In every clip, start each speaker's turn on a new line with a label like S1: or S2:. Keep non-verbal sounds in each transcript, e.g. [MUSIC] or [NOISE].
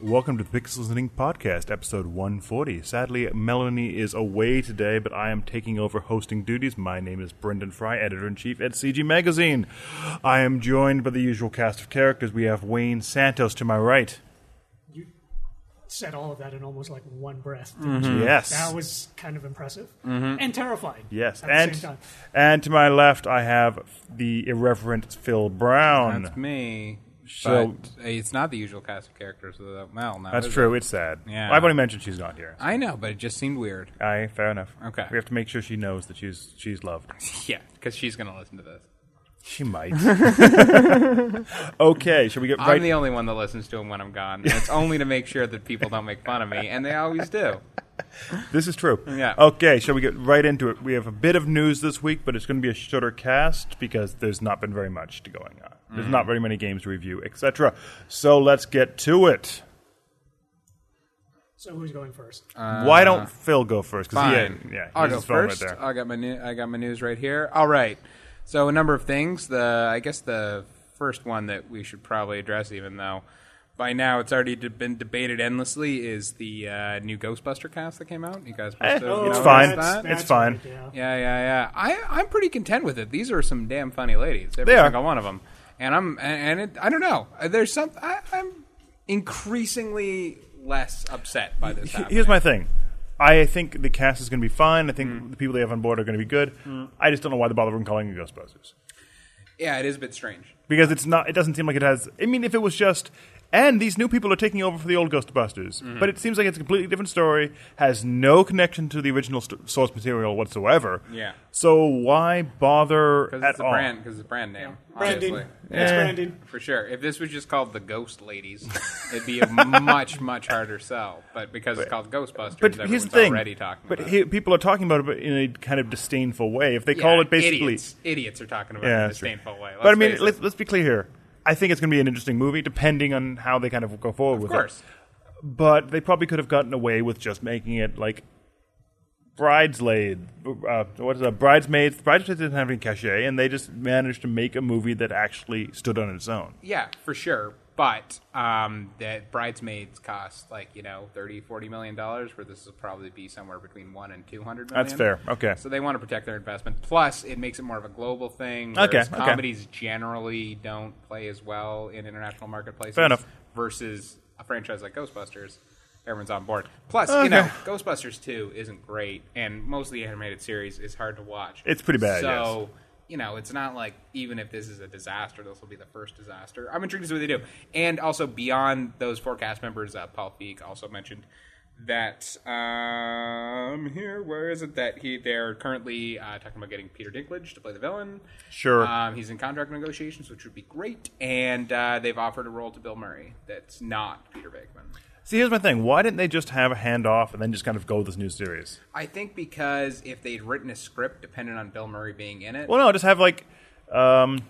S1: Welcome to the Pixels and Ink Podcast, episode 140. Sadly, Melanie is away today, but I am taking over hosting duties. My name is Brendan Fry, editor in chief at CG Magazine. I am joined by the usual cast of characters. We have Wayne Santos to my right.
S2: You said all of that in almost like one breath.
S1: Mm-hmm. Yes. Mm-hmm.
S2: That was kind of impressive and terrifying.
S1: Yes,
S2: at the same
S1: and
S2: time.
S1: and to my left, I have the irreverent Phil Brown.
S3: That's me.
S1: So-
S3: but it's not the usual cast of characters without Mel. Now,
S1: That's
S3: is it?
S1: true. It's sad.
S3: Yeah.
S1: I've already mentioned she's not here.
S3: I know, but it just seemed weird.
S1: Aye, fair enough.
S3: Okay.
S1: We have to make sure she knows that she's she's loved.
S3: Yeah, because she's going to listen to this.
S1: She
S3: [LAUGHS]
S1: might. okay, shall we get right?
S3: I'm the only one that listens to him when I'm gone. And it's only to make sure that people don't make fun of me, and they always do.
S1: this is true.
S3: Yeah.
S1: Okay, shall we get right into it? We have a bit of news this week, but it's going to be a shorter cast because there's not been very much to going on. There's
S3: Mm.
S1: not very many games to review, etc. So let's get to it.
S2: So who's going first?
S3: Uh,
S1: Why don't Phil go first? 'Cause he
S3: Fine.
S1: had- yeah,
S3: I'll
S1: he's
S3: go
S1: his phone
S3: first. Uh,
S1: Right there.
S3: I got my new, I got my news right here. All right. So a number of things. The I guess the first one that we should probably address, even though by now it's already de- been debated endlessly, is the uh, new Ghostbuster cast that came out. You guys,
S1: Eh,
S3: posted
S1: it's
S3: noticed
S1: fine.
S3: that?
S1: It's fine.
S2: Oh, right, yeah.
S3: Yeah, yeah, yeah. I I'm pretty content with it. These are some damn funny ladies. Every
S1: They are.
S3: single one of them. And I'm and and it, I don't know. Uh, There's some I, I'm increasingly less upset by this.
S1: He-
S3: happening.
S1: Here's my thing. I think the cast is going to be fine. I think
S3: Mm.
S1: the people they have on board are going to be good. I just don't know why they bother calling it Ghostbusters.
S3: yeah, it is a bit strange.
S1: because it's not it doesn't seem like it has i mean if it was just and these new people are taking over for the old ghostbusters
S3: Mm-hmm.
S1: but it seems like it's a completely different story has no connection to the original st- source material whatsoever
S3: Yeah.
S1: so why bother
S3: Because
S1: at
S3: it's a
S1: all
S3: brand. Because it's a brand name.
S2: Branding.
S3: Obviously.
S2: That's
S1: Eh.
S2: branding.
S3: For sure. If this was just called the Ghost
S1: [LAUGHS]
S3: Ladies, it'd be a much much harder sell. But because it's called Ghostbusters,
S1: but
S3: everyone's
S1: here's the thing
S3: already talking.
S1: but
S3: about
S1: he-
S3: it.
S1: people are talking about it but in a kind of disdainful way if they
S3: Yeah,
S1: call it basically
S3: idiots, idiots are talking about it
S1: yeah
S3: in a
S1: that's true.
S3: disdainful way.
S1: but i
S3: Let's
S1: mean
S3: face it.
S1: let's, let's be clear here i think it's going to be an interesting movie depending on how they kind of go forward
S3: of
S1: with it
S3: course.
S1: but they probably could have gotten away with just making it like bridesmaid uh, what is that bridesmaids bridesmaids didn't have any cachet and they just managed to make a movie that actually stood on its own
S3: Yeah, for sure. But um, that bridesmaids cost like you know 30 40 million dollars, where this will probably be somewhere between one and two hundred million.
S1: That's fair. Okay.
S3: So they want to protect their investment. Plus, it makes it more of a global thing. whereas
S1: Okay, okay.
S3: Comedies generally don't play as well in international marketplaces.
S1: Fair enough.
S3: Versus a franchise like Ghostbusters, everyone's on board. Plus,
S1: Okay.
S3: you know, Ghostbusters two isn't great, and most of the animated series is hard to watch.
S1: It's pretty bad,
S3: So you know, it's not like even if this is a disaster, this will be the first disaster. I'm intrigued to see what they do. And also beyond those four cast members, uh, Paul Feig also mentioned that um here where is it that he they're currently uh, talking about getting Peter Dinklage to play the villain.
S1: Sure.
S3: um, he's in contract negotiations, which would be great. And uh, they've offered a role to Bill Murray that's not Peter Venkman.
S1: see here's my thing why didn't they just have a handoff and then just kind of go with this new series
S3: I think because if they'd written a script dependent on Bill Murray being in it,
S1: well no just have like um,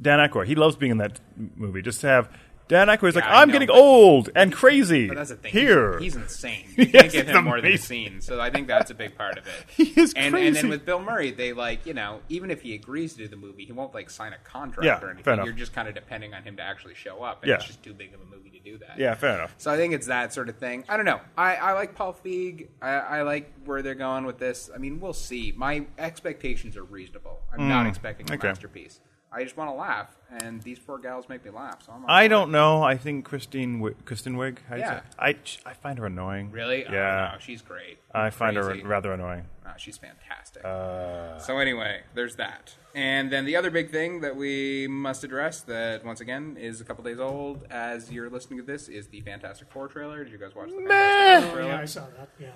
S1: dan Aykroyd he loves being in that movie just have Dan Aykroyd's like
S3: Yeah, I
S1: I'm
S3: know,
S1: getting
S3: but-
S1: old and crazy.
S3: But that's the thing.
S1: Here,
S3: he's,
S1: [LAUGHS]
S3: he's insane. You
S1: Yes,
S3: can't give
S1: he's
S3: him more than a
S1: amazing.
S3: scene. So I think that's a big part of it.
S1: [LAUGHS] He is
S3: and,
S1: crazy.
S3: And then with Bill Murray, they like you know even if he agrees to do the movie, he won't like sign a contract
S1: Yeah,
S3: or anything.
S1: fair enough.
S3: You're just kind of depending on him to actually show up, and
S1: Yeah.
S3: it's just too big of a movie to do that.
S1: yeah, fair enough.
S3: So I think it's that sort of thing. I don't know. I, I like Paul Feig. I, I like where they're going with this. I mean, we'll see. My expectations are reasonable. I'm not expecting a
S1: Mm, okay.
S3: masterpiece. I just want to laugh, and these four gals make me laugh. So I'm. on
S1: I
S3: board.
S1: don't know. I think Christine w- Kristen Wiig. how you say
S3: Yeah.
S1: it? I I find her annoying.
S3: Really? Oh,
S1: Yeah.
S3: no, she's great.
S1: I find
S3: Crazy.
S1: her rather annoying.
S3: Ah, she's fantastic.
S1: Uh.
S3: so anyway, there's that. And then the other big thing that we must address, that once again is a couple days old, as you're listening to this, is the Fantastic Four trailer. Did you guys watch the Fantastic Four
S2: Oh, yeah, I
S3: trailer?
S2: saw that. Yeah.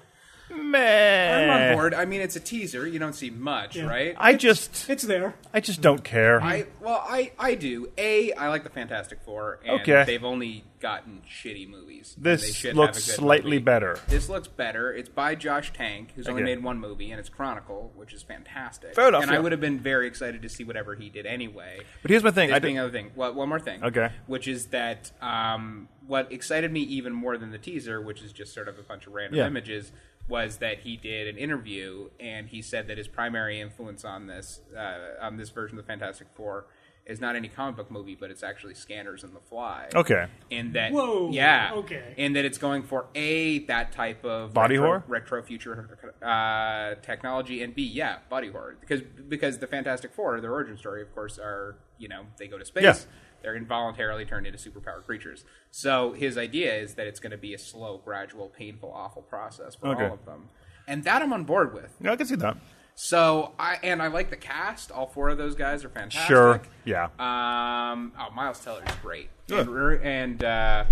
S1: Man,
S3: I'm on board. I mean, it's a teaser. You don't see much,
S2: Yeah.
S3: right?
S1: I just
S2: It's there.
S1: I just don't care.
S3: I well, I I do. A, I like the Fantastic Four, and
S1: Okay.
S3: they've only gotten shitty movies. and
S1: This
S3: they should
S1: looks
S3: have a good
S1: slightly
S3: movie.
S1: better.
S3: This looks better. It's by Josh Tank, who's only
S1: Okay.
S3: made one movie, and it's Chronicle, which is fantastic.
S1: Fair enough,
S3: And
S1: yeah.
S3: I would have been very excited to see whatever he did anyway.
S1: but here's my thing. I
S3: This
S1: d-
S3: being another thing. Well, one more thing.
S1: Okay.
S3: Which is that um, what excited me even more than the teaser, which is just sort of a bunch of random
S1: Yeah.
S3: images, was that he did an interview and he said that his primary influence on this uh, on this version of the Fantastic Four is not any comic book movie, but it's actually Scanners and the Fly.
S1: Okay.
S3: And that,
S2: Whoa,
S3: yeah,
S2: okay.
S3: and that it's going for a that type of
S1: Body
S3: retro,
S1: horror?
S3: retro future uh, technology, and b yeah, body horror because because the Fantastic Four, their origin story, of course, are you know they go to space,
S1: Yeah.
S3: they're involuntarily turned into superpowered creatures. So his idea is that it's going to be a slow, gradual, painful, awful process for
S1: Okay.
S3: all of them, and that I'm on board with.
S1: Yeah, I can see that.
S3: So I and I like the cast. All four of those guys are fantastic.
S1: Sure. Yeah.
S3: Um. Oh, Miles Teller is great.
S1: Yeah.
S3: And, Ru- and uh,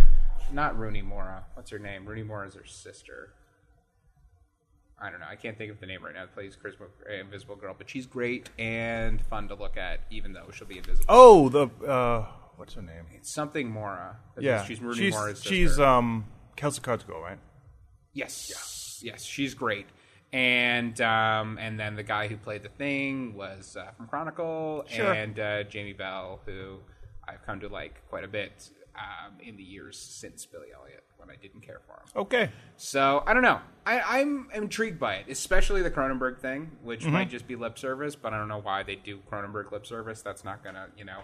S3: not Rooney Mora. What's her name? Rooney Mora is her sister. I don't know. I can't think of the name right now. Plays Chris, uh, Invisible Girl, but she's great and fun to look at, even though she'll be invisible.
S1: Oh, the uh, what's her name?
S3: It's something Mora. That
S1: Yeah,
S3: means she's Rooney
S1: she's,
S3: Mora's sister.
S1: she's um Kelsey Card's girl, right?
S3: Yes. Yes, she's great. And um, and then the guy who played the thing was uh, from Chronicle,
S1: Sure.
S3: and uh, Jamie Bell, who I've come to like quite a bit um, in the years since Billy Elliot, when I didn't care for him.
S1: Okay.
S3: So I don't know. I, I'm intrigued by it, especially the Cronenberg thing, which
S1: Mm-hmm.
S3: might just be lip service, but I don't know why they do Cronenberg lip service. That's not gonna, you know,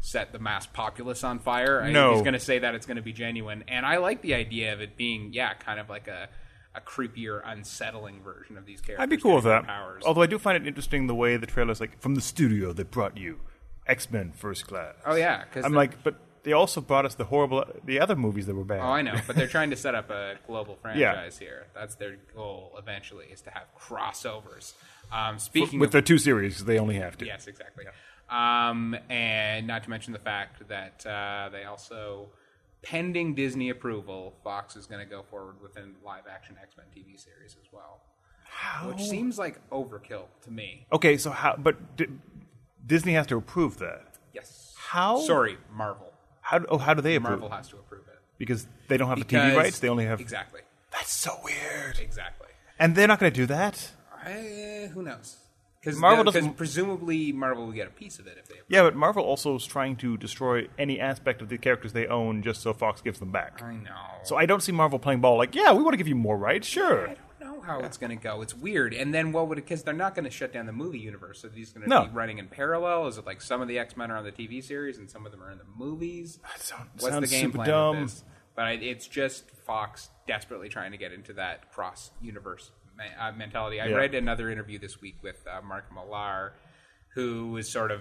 S3: set the mass populace on fire. I
S1: No.
S3: think he's gonna say that it's gonna be genuine, and I like the idea of it being, yeah, kind of like a a creepier, unsettling version of these characters.
S1: I'd be cool with
S3: getting their
S1: that.
S3: Powers.
S1: Although I do find it interesting the way the trailer's like from the studio that brought you X Men First Class.
S3: oh yeah, because
S1: I'm like, but they also brought us the horrible the other movies that were bad.
S3: Oh, I know, but they're trying to set up a global
S1: [LAUGHS]
S3: franchise here. That's their goal eventually is to have crossovers. Um, speaking
S1: With
S3: of
S1: the two series, 'cause they only have to.
S3: Yes, exactly. Um, and not to mention the fact that uh, they also, pending Disney approval, Fox is going to go forward with a live action X Men TV series as well. Which seems like overkill to me.
S1: Okay, so how? But D- Disney has to approve that.
S3: Yes.
S1: How?
S3: Sorry, Marvel.
S1: How? Oh, how do they approve?
S3: Marvel has to approve it.
S1: Because they don't have the TV
S3: Because-
S1: rights. They only have.
S3: Exactly.
S1: That's so weird.
S3: Exactly.
S1: And they're not going to do that.
S3: I, who knows? Because
S1: Marvel
S3: Marvel doesn't.
S1: doesn't-
S3: Presumably, Marvel will get a piece of it if they.
S1: Yeah, but Marvel also is trying to destroy any aspect of the characters they own just so Fox gives them back.
S3: I know.
S1: So I don't see Marvel playing ball like, yeah, we want to give you more rights, sure.
S3: don't know how it's going to go. It's weird. And then what would it? Because they're not going to shut down the movie universe. So these going to
S1: No.
S3: be running in parallel. Is it like some of the X Men are on the TV series and some of them are in the movies?
S1: sound-
S3: What's the
S1: sounds
S3: game
S1: super
S3: plan
S1: dumb.
S3: with this? But I, it's just Fox desperately trying to get into that cross universe uh, mentality. I
S1: Yeah.
S3: read another interview this week with uh, Mark Millar, who is sort of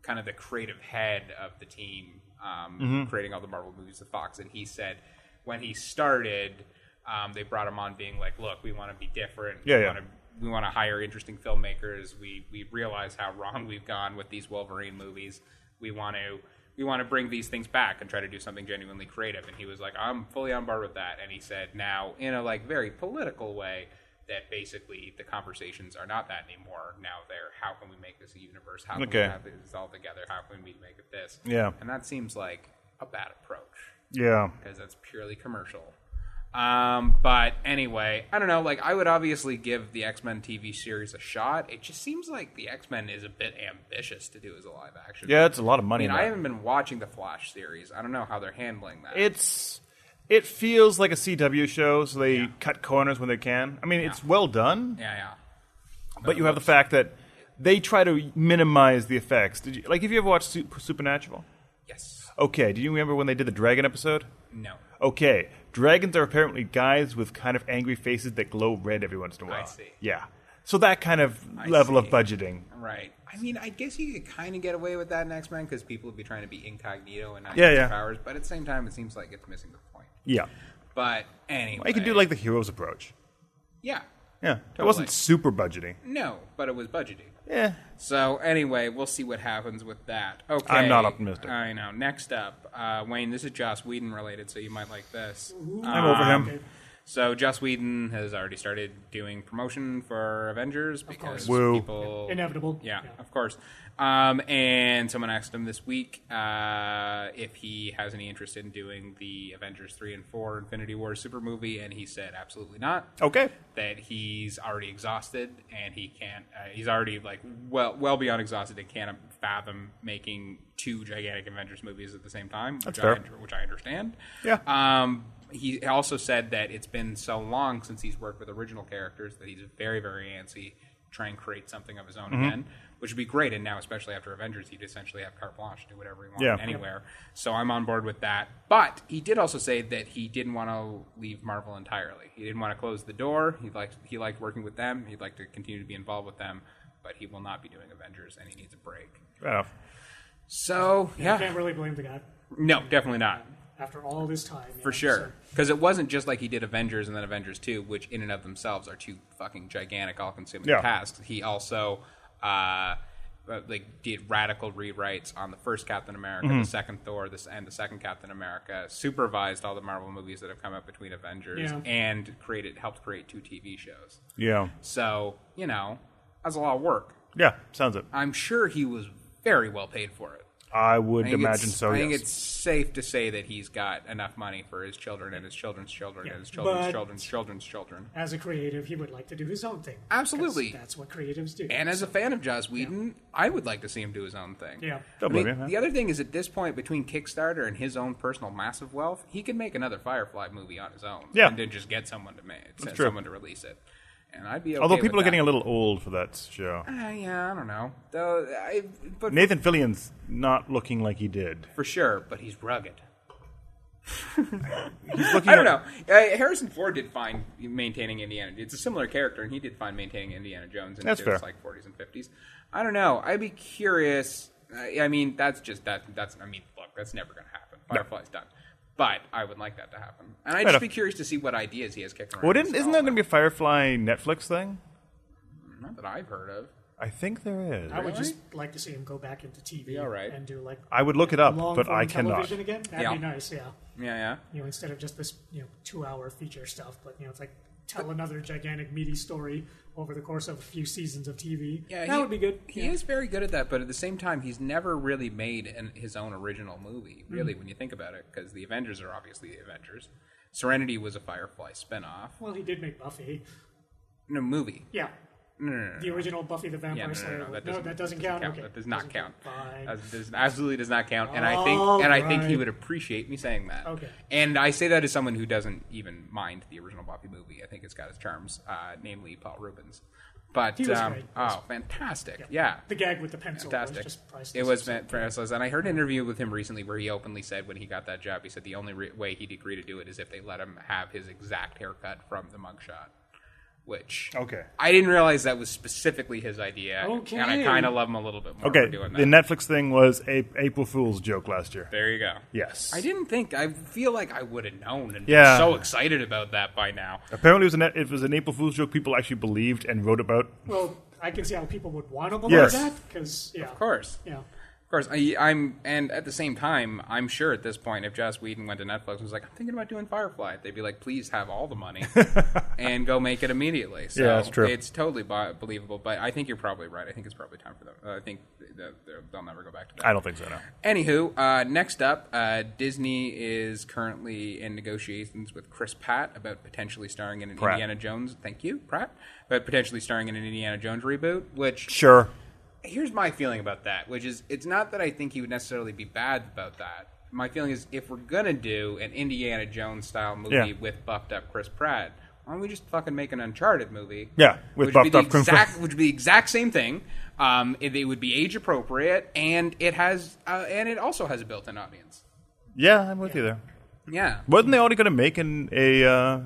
S3: kind of the creative head of the team um,
S1: Mm-hmm.
S3: creating all the Marvel movies at Fox, and he said when he started, um, they brought him on being like, "Look, we want to be different.
S1: Yeah,
S3: we
S1: yeah.
S3: Want to we want to hire interesting filmmakers. We we realize how wrong we've gone with these Wolverine movies. We want to we want to bring these things back and try to do something genuinely creative. And he was like, I'm fully on board with that. And he said, now in a like very political way, that basically the conversations are not that anymore. Now they're how can we make this a universe? How can
S1: Okay.
S3: we have this all together? How can we make it this?
S1: Yeah.
S3: And that seems like a bad approach
S1: Yeah.
S3: because that's purely commercial. Um, but anyway, I don't know. Like, I would obviously give the X Men TV series a shot. It just seems like the X Men is a bit ambitious to do as a live action.
S1: Yeah, it's a lot of
S3: I
S1: money.
S3: mean,
S1: in
S3: I
S1: that.
S3: haven't been watching the Flash series. I don't know how they're handling that.
S1: It's it feels like a CW show, so they cut corners when they can. I mean, it's well done,
S3: yeah, yeah.
S1: but you have the fact that they try to minimize the effects. Did you, like, have you ever watched Su- Supernatural?
S3: Yes.
S1: Okay, do you remember when they did the dragon episode?
S3: No.
S1: Okay, dragons are apparently guys with kind of angry faces that glow red every once in a while.
S3: I see.
S1: Yeah. So that kind of level of
S3: see.
S1: budgeting.
S3: Right. I mean, I guess you could kind of get away with that in X Men because people would be trying to be incognito and not
S1: Yeah,
S3: use
S1: yeah.
S3: powers. But at the same time, it seems like it's missing the point.
S1: Yeah.
S3: But anyway,
S1: I could do like the heroes approach.
S3: yeah.
S1: Yeah. It wasn't
S3: Totally.
S1: super budgeting.
S3: No, but it was budgeting.
S1: Yeah.
S3: So anyway, we'll see what happens with that. Okay,
S1: I'm not optimistic.
S3: I know. Next up, uh, Wayne. This is Joss Whedon related, so you might like this.
S1: I'm over
S2: Ah,
S1: him.
S3: So Joss Whedon has already started doing promotion for Avengers because
S2: course.
S1: Woo.
S3: people
S2: Inevitable.
S3: Yeah,
S2: Yeah.
S3: of course. Um, and someone asked him this week uh, if he has any interest in doing the Avengers three and four Infinity War super movie, and he said absolutely not
S1: Okay.
S3: that he's already exhausted and he can't. Uh, he's already like well, well beyond exhausted and can't fathom making two gigantic Avengers movies at the same time, which,
S1: fair.
S3: I, under- which I understand.
S1: Yeah.
S3: Um, he also said that it's been so long since he's worked with original characters that he's very, very antsy try and create something of his own
S1: Mm-hmm.
S3: again, which would be great. And now, especially after Avengers, he'd essentially have carte blanche, do whatever he wanted
S1: Yeah.
S3: anywhere. So I'm on board with that. But he did also say that he didn't want to leave Marvel entirely. He didn't want to close the door. He liked he liked working with them. He'd like to continue to be involved with them, but he will not be doing Avengers, and he needs a break.
S1: Fair enough.
S3: So
S2: I
S3: yeah,
S2: can't really blame the guy
S3: no, definitely not
S2: after all this time. you
S3: for
S2: know,
S3: sure. Because it wasn't just like he did Avengers and then Avengers Two, which in and of themselves are two fucking gigantic, all-consuming
S1: Yeah.
S3: tasks. He also uh, uh, like did radical rewrites on the first Captain America,
S2: Mm-hmm.
S3: the second Thor, this and the second Captain America. Supervised all the Marvel movies that have come out between Avengers,
S2: Yeah.
S3: and created helped create two TV shows.
S1: Yeah.
S3: So you know, that's a lot of work.
S1: Yeah. Sounds it.
S3: I'm sure he was very well paid for it.
S1: I would
S3: I think
S1: imagine
S3: it's-
S1: so.
S3: I think
S1: yes.
S3: it's safe to say that he's got enough money for his children and his children's children and his children's
S2: but-
S3: children's children's children.
S2: so as a creative, he would like to do his own thing.
S3: Absolutely.
S2: 'Cause that's what creatives do.
S3: And as a fan of Joss Whedon, I would like to see him do his own thing.
S2: yeah,
S3: I
S1: Don't
S3: mean,
S1: blame you, huh?
S3: the other thing is at this point, between Kickstarter and his own personal massive wealth, he could make another Firefly movie on his own.
S1: Yeah.
S3: And then just get someone to make send
S1: true.
S3: someone to release it. And I'd be okay
S1: Although people are
S3: with
S1: getting a
S3: that.
S1: little old for that show.
S3: Uh, yeah, I don't know. Though, I, but
S1: Nathan Fillion's not looking like he did.
S3: for sure, but he's rugged.
S1: He's looking
S3: [LAUGHS] I don't
S1: like-
S3: know. Uh, Harrison Ford did fine maintaining Indiana. It's a similar character, and he did fine maintaining Indiana Jones in
S1: That's
S3: his
S1: fair.
S3: like 40s and 50s. I don't know. I'd be curious. I, I mean, that's just that. That's I mean, look, that's never going to happen. Firefly's done, but I would like that to happen, and I'd just
S1: enough.
S3: be curious to see what ideas he has kicking around.
S1: Well, didn't, isn't there going to be a Firefly Netflix thing?
S3: be not that I've heard of?
S1: I think there is.
S2: I would
S3: Really?
S2: just like to see him go back into TV
S3: all right.
S2: and do like
S1: I would look it up,
S2: long
S1: but
S2: form
S1: I cannot.
S2: television again. That'd
S3: Yeah.
S2: be nice. Yeah,
S3: Yeah, yeah.
S2: you know, instead of just this you know two hour feature stuff, but you know, it's like tell another gigantic meaty story over the course of a few seasons of TV.
S3: Yeah,
S2: that
S3: he-
S2: would be good.
S3: He
S2: yeah.
S3: is very good at that, but at the same time, he's never really made an, his own original movie,
S2: Mm-hmm.
S3: really, when you think about it, because the Avengers are obviously the Avengers. Serenity was a Firefly spinoff.
S2: Well, he did make Buffy.
S3: No movie.
S2: Yeah. The original Buffy the Vampire
S3: Yeah, no, no,
S2: Slayer.
S3: no, no, that
S2: no,
S3: doesn't,
S2: that doesn't count. Okay.
S3: That does not
S2: Doesn't
S3: count.
S2: Fine.
S3: That does- absolutely does not count. And I think,
S2: All
S3: and I think he
S2: right.
S3: would appreciate me saying that.
S2: Okay.
S3: And I say that as someone who doesn't even mind the original Buffy movie. I think it's got its charms, uh, namely Paul Rubens. But
S2: He was
S3: um,
S2: great.
S3: oh, fantastic! Yeah,
S2: The gag with the pencil
S3: fantastic.
S2: was just priceless.
S3: It was meant priceless, and I heard an interview with him recently where he openly said when he got that job, he said the only re- way he'd agree to do it is if they let him have his exact haircut from the mugshot. Which
S1: Okay.
S3: I didn't realize that was specifically his idea, and I
S2: Okay.
S3: kind of love him a little bit more
S1: Okay,
S3: for doing that.
S1: the Netflix thing was a April Fool's joke last year.
S3: there you go.
S1: Yes.
S3: I didn't think. I feel like I would have known, and
S1: Yeah.
S3: yeah. so excited about that by now.
S1: Apparently, it was, an, it was an April Fool's joke people actually believed and wrote about.
S2: Well, I can see how people would want to believe
S1: Yes.
S2: that because yeah,
S3: Of course.
S2: yeah.
S3: Of course, I, I'm, and at the same time, I'm sure at this point, if Joss Whedon went to Netflix and was like, "I'm thinking about doing Firefly," they'd be like, "Please have all
S1: [LAUGHS]
S3: the money and go make it immediately." So
S1: Yeah, that's true.
S3: It's totally bi- believable, but I think you're probably right. I think it's probably time for them. Uh, I think th- th- they'll never go back to that.
S1: I don't think so, no.
S3: Anywho, uh, next up, uh, Disney is currently in negotiations with Chris Pratt about potentially starring in an
S1: Pratt.
S3: Indiana Jones. Thank you, Pratt. About potentially starring in an Indiana Jones reboot, which
S1: Sure.
S3: here's my feeling about that, which is it's not that I think he would necessarily be bad about that. My feeling is if we're gonna do an Indiana Jones style movie
S1: Yeah.
S3: with buffed up Chris Pratt, why don't we just fucking make an Uncharted movie?
S1: Yeah, with
S3: which would be
S1: buffed
S3: the
S1: up Chris Pratt.
S3: exact, which would be the exact same thing. Um, it, it would be age appropriate, and it has, uh, and it also has a built in audience.
S1: Yeah, I'm with you there.
S3: Yeah,
S1: Wasn't they already going to make an, a uh,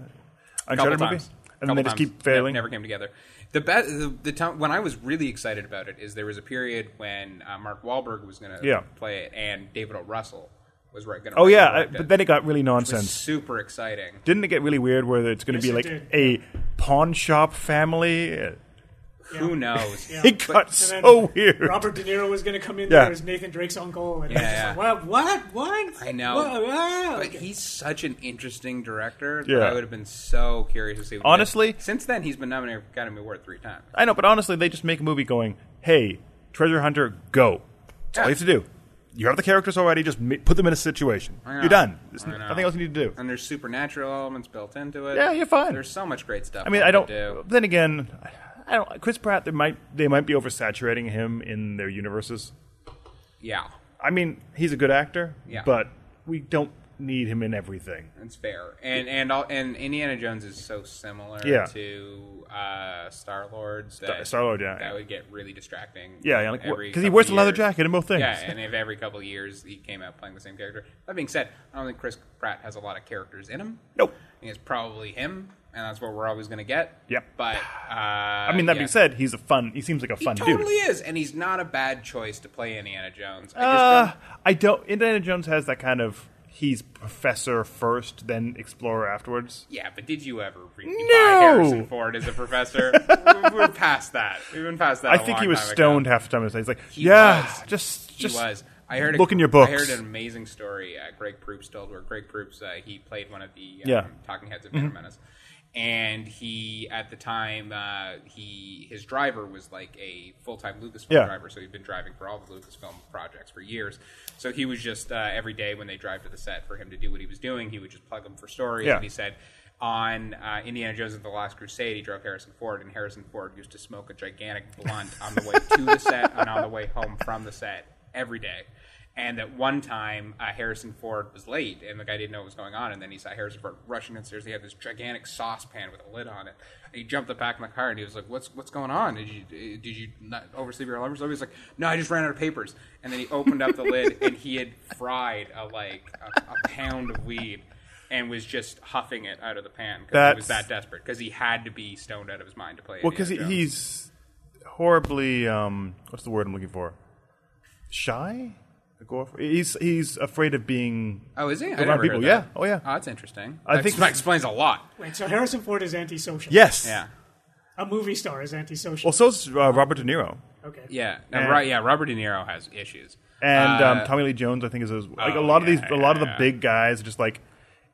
S1: Uncharted movie? And then
S3: Couple
S1: they just
S3: times.
S1: keep failing?
S3: Ne- Never came together. The best, the, the time when I was really excited about it is there was a period when uh, Mark Wahlberg was going to
S1: Yeah.
S3: play it, and David O. Russell was right going to.
S1: oh, yeah, I, but then it got really nonsense.
S3: super exciting.
S1: Didn't it get really weird where it's going to
S2: Yes, it
S1: be like
S2: did.
S1: a pawn shop family?
S3: Who knows?
S2: Yeah.
S1: It got
S2: then
S1: so weird.
S2: Robert De Niro was going to come in
S1: Yeah.
S2: there as Nathan Drake's uncle, and
S3: Yeah,
S2: yeah, just like, what, what, what?
S3: I know.
S2: Whoa, whoa.
S3: But
S2: Okay.
S3: he's such an interesting director. that
S1: Yeah.
S3: I would have been so curious to see. What he did.
S1: Honestly-
S3: since then he's been nominated for Academy Award three times.
S1: I know, but honestly, they just make a movie going, hey, treasure hunter, go. That's all you
S3: Yeah.
S1: have to do. You have the characters already, just ma- put them in a situation.
S3: I know.
S1: You're done. There's
S3: I know.
S1: nothing else you need to do.
S3: And there's supernatural elements built into it.
S1: Yeah, you're fine.
S3: There's so much great stuff.
S1: I mean,
S3: left
S1: I don't.
S3: to do.
S1: Then again, I don't. Chris Pratt, they might they might be oversaturating him in their universes.
S3: Yeah.
S1: I mean, he's a good actor,
S3: Yeah.
S1: but we don't need him in everything.
S3: It's fair, and and all, and Indiana Jones is so similar
S1: Yeah.
S3: to uh, Star Lord.
S1: Star Lord, yeah.
S3: that would get really distracting.
S1: Yeah, yeah,
S3: every
S1: like because he
S3: couple
S1: wears a leather
S3: years.
S1: jacket in both things.
S3: Yeah, and if every couple of years he came out playing the same character. That being said, I don't think Chris Pratt has a lot of characters in him.
S1: Nope.
S3: I think it's probably him, and that's what we're always going to get.
S1: Yep.
S3: But uh, I
S1: I mean, that
S3: yeah.
S1: being said, he's a fun. He seems like a
S3: he
S1: fun dude.
S3: totally is, and he's not a bad choice to play Indiana Jones. I just
S1: Uh, I don't. Indiana Jones has that kind of he's professor first, then explorer afterwards.
S3: Yeah, but did you ever read no.
S1: No.
S3: Harrison Ford as
S1: [LAUGHS]
S3: a professor? We're- We're past that. We've been past that.
S1: I
S3: a
S1: think
S3: long
S1: he was
S3: time ago.
S1: stoned half the time. He's like,
S3: He
S1: yeah,
S3: was.
S1: just
S3: He
S1: just
S3: was. I heard.
S1: look
S3: a,
S1: in your
S3: I heard
S1: books.
S3: an amazing story. Uh, Greg Proops told where Greg Proops uh, he played one of the um,
S1: Yeah. Mm-hmm.
S3: talking heads of Venom Menace, and he at the time uh, he his driver was like a full time Lucasfilm
S1: Yeah.
S3: driver, so he'd been driving for all the Lucasfilm projects for years. So he was just uh, every day when they drive to the set for him to do what he was doing, he would just plug them for stories,
S1: Yeah.
S3: and he said. On uh, Indiana Jones and the Last Crusade, he drove Harrison Ford, and Harrison Ford used to smoke a gigantic blunt on the way to the set and on the way home from the set every day. And that one time, uh, Harrison Ford was late, and the guy didn't know what was going on. And then he saw Harrison Ford rushing downstairs. He had this gigantic saucepan with a lid on it. And he jumped the back of the car, and he was like, "What's what's going on? Did you did you not oversleep your alarm?" or something?" He's like, "No, I just ran out of papers." And then he opened up the lid, and he had fried a, like a, a pound of weed, and was just huffing it out of the pan because he was
S1: That's-
S3: that desperate because he had to be stoned out of his mind to play.
S1: Well,
S3: because
S1: because he, he's horribly um, what's the word I'm looking for? Shy. Agoraph- He's he's afraid of being
S3: oh, is he? I
S1: around
S3: never heard
S1: people.
S3: that.
S1: Yeah. Oh, yeah.
S3: Oh, that's interesting.
S1: I
S3: that
S1: think-
S3: that explains a lot.
S2: Wait, so Harrison Ford is antisocial.
S1: yes.
S3: Yeah.
S2: A movie star is antisocial.
S1: Well, so's
S3: Oh.
S1: uh, Robert De Niro
S2: okay.
S3: Yeah, no,
S1: And-
S3: right. Yeah, Robert De Niro has issues.
S1: and
S3: Uh,
S1: um, Tommy Lee Jones. I think is his, like a
S3: oh,
S1: lot of
S3: yeah,
S1: these. A lot of the
S3: yeah.
S1: big guys are just like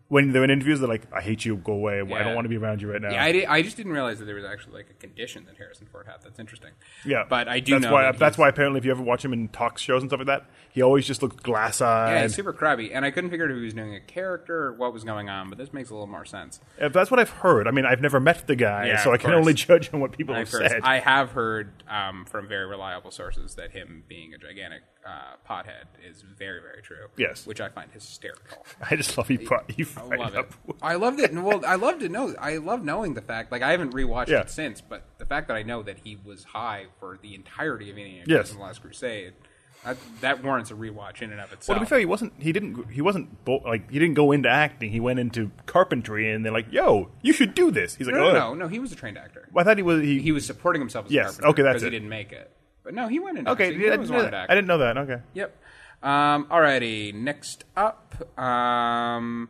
S1: when they're in interviews, they're like, "I hate you. Go away. I
S3: Yeah.
S1: don't want to be around you right now."
S3: yeah, I, di- I just didn't realize that there was actually like a condition that Harrison Ford had. That's interesting.
S1: Yeah,
S3: but I do
S1: That's
S3: know
S1: why.
S3: that
S1: that's
S3: he's-
S1: why. Apparently, if you ever watch him in talk shows and stuff like that, he always just looks glass eyed.
S3: Yeah, he's super crabby, and I couldn't figure out if he was doing a character or what was going on. But this makes a little more sense.
S1: Uh, that's what I've heard. I mean, I've never met the guy,
S3: Yeah,
S1: so I
S3: of
S1: can
S3: course.
S1: only judge on what people
S3: I've
S1: have
S3: heard-
S1: said.
S3: I have heard um, from very reliable sources that him being a gigantic uh, pothead is very, very true.
S1: Yes.
S3: which I find
S1: [LAUGHS]
S3: hysterical.
S1: [LAUGHS] I just love you. brought you
S3: I
S1: right
S3: love it.
S1: up.
S3: I loved it. and, Well, I love to know. I love knowing the fact. Like I haven't rewatched
S1: Yeah.
S3: it since, but the fact that I know that he was high for the entirety of Indiana Jones
S1: Yes.
S3: and the Last Crusade, that, that warrants a rewatch in and of itself.
S1: Well, to be fair, he wasn't. He didn't. He wasn't bo- like he didn't go into acting. He went into carpentry, and they're like, "Yo, you should do this." He's like,
S3: no, no,
S1: "Oh,
S3: no, no, he was a trained actor.
S1: I thought he was. He,
S3: He was supporting himself as
S1: Yes,
S3: a carpenter
S1: okay, that's
S3: because he
S1: it.
S3: didn't make it. But no, he went into
S1: okay.
S3: acting.
S1: I,
S3: He
S1: didn't
S3: was
S1: know
S3: wanted
S1: that.
S3: actor.
S1: I didn't know that. Okay.
S3: Yep. Um, alrighty. Next up, um,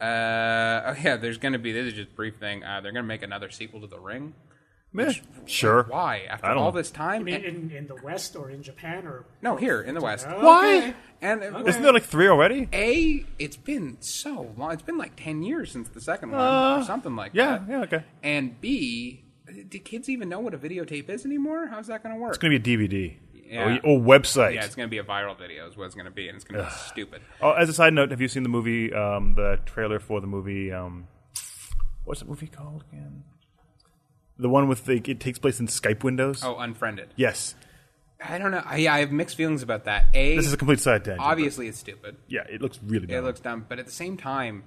S3: uh, oh yeah, there's going to be this is just a brief thing. Uh, they're going to make another sequel to The Ring.
S1: Meh. sure.
S3: Why after
S1: I don't
S3: all
S1: know.
S3: this time?
S2: I mean,
S3: And-
S2: in, in the West or in Japan or
S3: no, here in the West.
S2: Okay.
S1: Why?
S3: And uh,
S1: Isn't there like three already?
S3: a, it's been so long. It's been like ten years since the second one, or something
S1: Uh,
S3: like
S1: Yeah.
S3: that.
S1: Yeah. Okay.
S3: And B, do kids even know what a videotape is anymore? How's that going to work?
S1: It's gonna be a DVD
S3: Yeah.
S1: or, or Oh, website.
S3: yeah, it's going to be a viral video. Is what it's going to be, and it's going to be stupid.
S1: Oh, as a side note, have you seen the movie, um, the trailer for the movie? Um, what's the movie called again? The one with the it takes place in Skype windows.
S3: Oh, unfriended.
S1: yes,
S3: I don't know. I, yeah, I have mixed feelings about that. A,
S1: this is a complete side tangent.
S3: obviously it's stupid.
S1: but- yeah, it looks really
S3: It
S1: bad.
S3: looks dumb, but at the same time,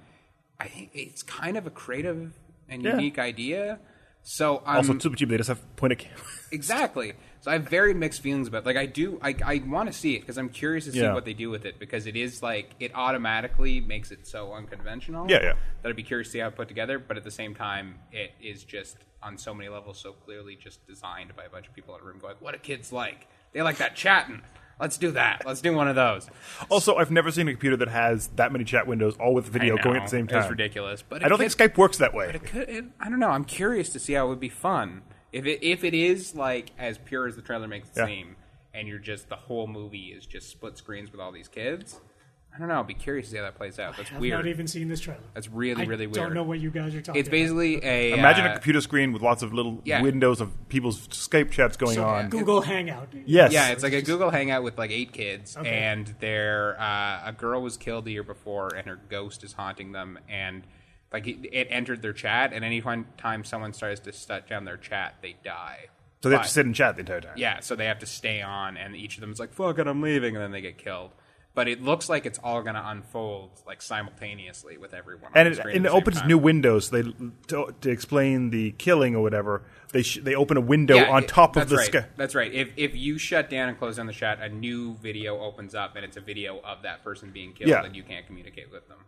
S3: I think it's kind of a creative and
S1: Yeah.
S3: unique idea. So um, I'm
S1: also super cheap. They just have point a camera.
S3: exactly. So I have very mixed feelings about. Like I do, I, I want to see it because I'm curious to see
S1: Yeah.
S3: what they do with it because it is like it automatically makes it so unconventional.
S1: Yeah, yeah.
S3: That I'd be curious to see how it put together, but at the same time, it is just on so many levels so clearly just designed by a bunch of people in a room going, "What do kids like? They like that chatting. Let's do that. Let's do one of those."
S1: [LAUGHS] also, I've never seen a computer that has that many chat windows, all with video
S3: I
S1: going at
S3: know,
S1: the same
S3: it's
S1: time.
S3: ridiculous, but
S1: I don't
S3: it
S1: think Skype works that way.
S3: But it could. It, I don't know. I'm curious to see how it would be fun if it if it is like as pure as the trailer makes it
S1: Yeah.
S3: seem, and you're just the whole movie is just split screens with all these kids. I don't know. I'll be curious to see how that plays out. That's
S2: I've
S3: weird.
S2: not even seen this trailer.
S3: That's really really
S2: I
S3: weird.
S2: don't know what you guys are talking
S3: it's basically a
S1: Imagine
S3: uh,
S1: a computer screen with lots of little
S3: Yeah.
S1: windows of people's Skype chats going
S2: about.
S1: on.
S2: Google Hangout.
S1: Yes.
S3: Yeah, it's like a Google Hangout with like eight kids,
S2: Okay.
S3: and their uh, a girl was killed the year before, and her ghost is haunting them, and like it, it entered their chat, and any one time someone starts to shut down their chat, they die.
S1: So they have
S3: But-
S1: to sit and chat the entire time.
S3: Yeah, so they have to stay on, and each of them is like, "Fuck it, I'm leaving," and then they get killed. But it looks like it's all going to unfold like simultaneously with everyone. on
S1: and
S3: the
S1: it,
S3: screen
S1: and it
S3: at the same
S1: opens
S3: time.
S1: new windows. They to, to explain the killing or whatever. They sh- they open a window
S3: Yeah,
S1: on
S3: it-
S1: top of
S3: that's
S1: the
S3: right.
S1: sky.
S3: That's right. If if you shut down and close down the shot, a new video opens up, and it's a video of that person being killed,
S1: Yeah.
S3: and you can't communicate with them.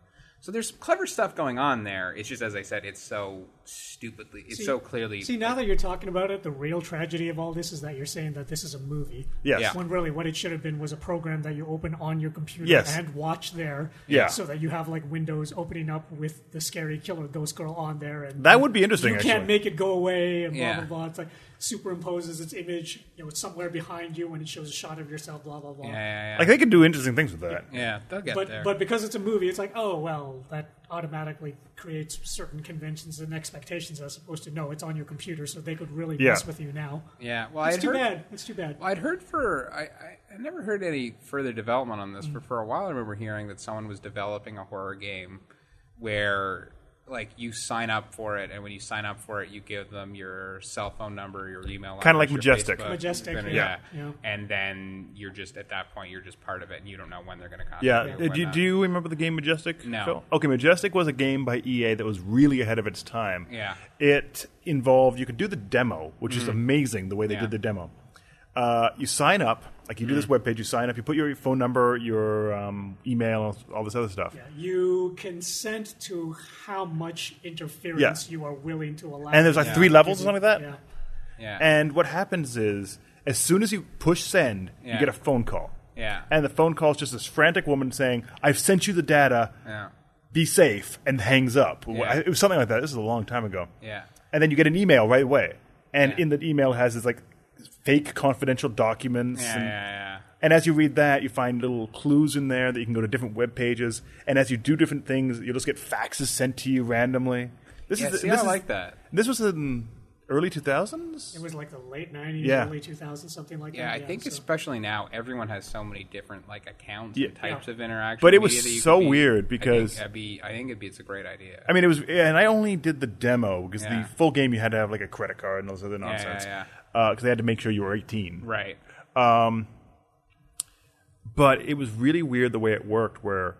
S3: So there's clever stuff going on there. It's just as I said, it's so stupidly, it's so clearly.
S2: See, now that you're talking about it, the real tragedy of all this is that you're saying that this is a movie.
S1: Yes. Yeah.
S2: When really what it should have been was a program that you open on your computer
S1: Yes.
S2: and watch there.
S1: Yeah.
S2: So that you have like windows opening up with the scary killer ghost girl on there, and
S1: That would be interesting.
S2: you
S1: actually.
S2: can't make it go away, and blah
S3: Yeah.
S2: blah blah. It's like superimposes its image, you know, it's somewhere behind you, and it shows a shot of yourself, blah blah blah.
S3: yeah, yeah, yeah.
S1: like they could do interesting things with that.
S3: yeah, they'll get
S2: But
S3: there.
S2: but because it's a movie, it's like oh well, that automatically creates certain conventions and expectations as opposed to no, it's on your computer, so they could really
S1: Yeah.
S2: mess with you now.
S3: yeah, well,
S2: It's
S3: I'd
S2: too
S3: heard,
S2: bad. It's too bad.
S3: Well, I'd heard for I, I I never heard any further development on this,
S1: Mm.
S3: but for a while I remember hearing that someone was developing a horror game where like you sign up for it, and when you sign up for it, you give them your cell phone number, your email,
S1: Kinda like
S3: address, your
S1: Majestic.
S3: Facebook,
S2: Majestic,
S3: then-
S2: yeah. Yeah.
S3: and then you're just at that point you're just part of it, and you don't know when they're going to contact
S1: Yeah.
S3: you. or
S1: Uh, Do,
S3: whatnot.
S1: do you remember the game Majestic?
S3: No.
S1: Phil? Okay, Majestic was a game by EA that was really ahead of its time.
S3: Yeah. Mm-hmm.
S1: It involved you could do the demo, which is amazing the way they
S3: Yeah. Mm-hmm.
S1: did the demo. Uh, you sign up, like you do this webpage. You sign up. You put your phone number, your um, email, all this other stuff.
S2: Yeah, you consent to how much interference
S1: Yeah.
S2: you are willing to allow.
S1: And there's like
S3: Yeah.
S1: three levels or something like that.
S2: yeah.
S3: yeah.
S1: And what happens is, as soon as you push send, you
S3: Yeah.
S1: get a phone call.
S3: Yeah.
S1: And the phone call is just this frantic woman saying, "I've sent you the data.
S3: yeah,
S1: Be safe," and hangs up.
S3: Yeah.
S1: It was something like that. This is a long time ago.
S3: yeah,
S1: and then you get an email right away. And
S3: Yeah.
S1: in the email has this like fake confidential documents.
S3: yeah,
S1: and,
S3: yeah,
S1: and as you read that, you find little clues in there that you can go to different web pages. And as you do different things, you'll just get faxes sent to you randomly. This
S3: yeah.
S1: is
S3: See,
S1: this
S3: I
S1: is-
S3: like that.
S1: This was in early two thousands.
S2: It was like the late '90s,
S1: Yeah.
S2: early 2000s, something like
S3: Yeah,
S2: that.
S3: I think
S2: so-
S3: especially now everyone has so many different like accounts and
S1: Yeah.
S3: types of interaction.
S1: But it was
S3: media that you
S1: so
S3: could be-
S1: weird
S3: I think
S1: because-
S3: I'd be- I think it'd be it's a great idea.
S1: I mean, it was, and I only did the demo because
S3: Yeah.
S1: the full game you had to have like a credit card and all this other nonsense.
S3: yeah.
S1: Because they had to make sure you were eighteen.
S3: right.
S1: but it was really weird the way it worked where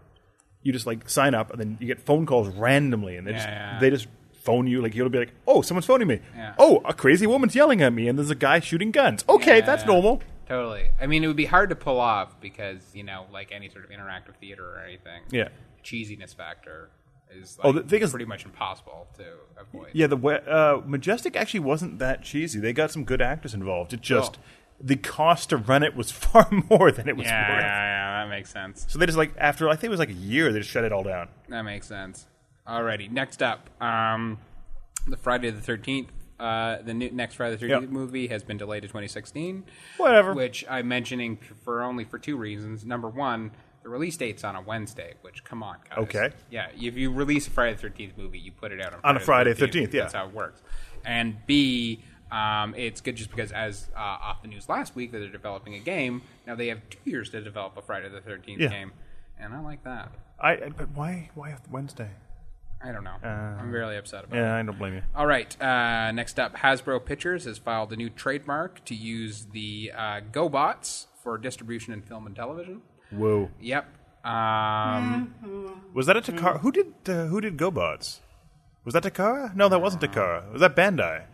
S1: you just like sign up and then you get phone calls randomly and they just
S3: Yeah, yeah.
S1: they just phone you like you'll be like oh someone's phoning me
S3: Yeah.
S1: oh a crazy woman's yelling at me and there's a guy shooting guns okay
S3: Yeah,
S1: that's
S3: yeah.
S1: normal
S3: Totally. I mean, it would be hard to pull off because you know, like any sort of interactive theater or anything.
S1: Yeah.
S3: Cheesiness factor is like
S1: Oh, the thing is-
S3: pretty much impossible to avoid.
S1: yeah the way, uh, majestic actually wasn't that cheesy they got some good actors involved it just
S3: Oh.
S1: the cost to run it was [LAUGHS] far more than it was
S3: Yeah, yeah,
S1: worth
S3: yeah, that makes sense.
S1: so they just like after i think it was like a year they just shut it all down
S3: That makes sense. Alrighty, next up, um, the Friday the Thirteenth. Uh, the new, next Friday the Thirteenth
S1: Yep.
S3: movie has been delayed to 2016.
S1: Whatever.
S3: Which I'm mentioning for only for two reasons. Number one, the release date's on a Wednesday. Which, come on, guys.
S1: Okay.
S3: Yeah, if you release a Friday the Thirteenth movie, you put it out
S1: On a Friday the 13th, yeah.
S3: that's how it works. And B, um, it's good just because as uh, off the news last week that they're developing a game. Now they have two years to develop a Friday the Thirteenth
S1: Yeah.
S3: game, and I like that.
S1: i but why why wednesday
S3: I don't know. I'm really upset about it.
S1: Uh, yeah i don't blame you
S3: All right. Uh, next up, Hasbro Pictures has filed a new trademark to use the uh, GoBots for distribution in film and television.
S1: whoa
S3: Yep. Um,
S1: Was that a Takara? Who did uh, who did GoBots? Was that Takara? No, that wasn't Takara. Was that Bandai?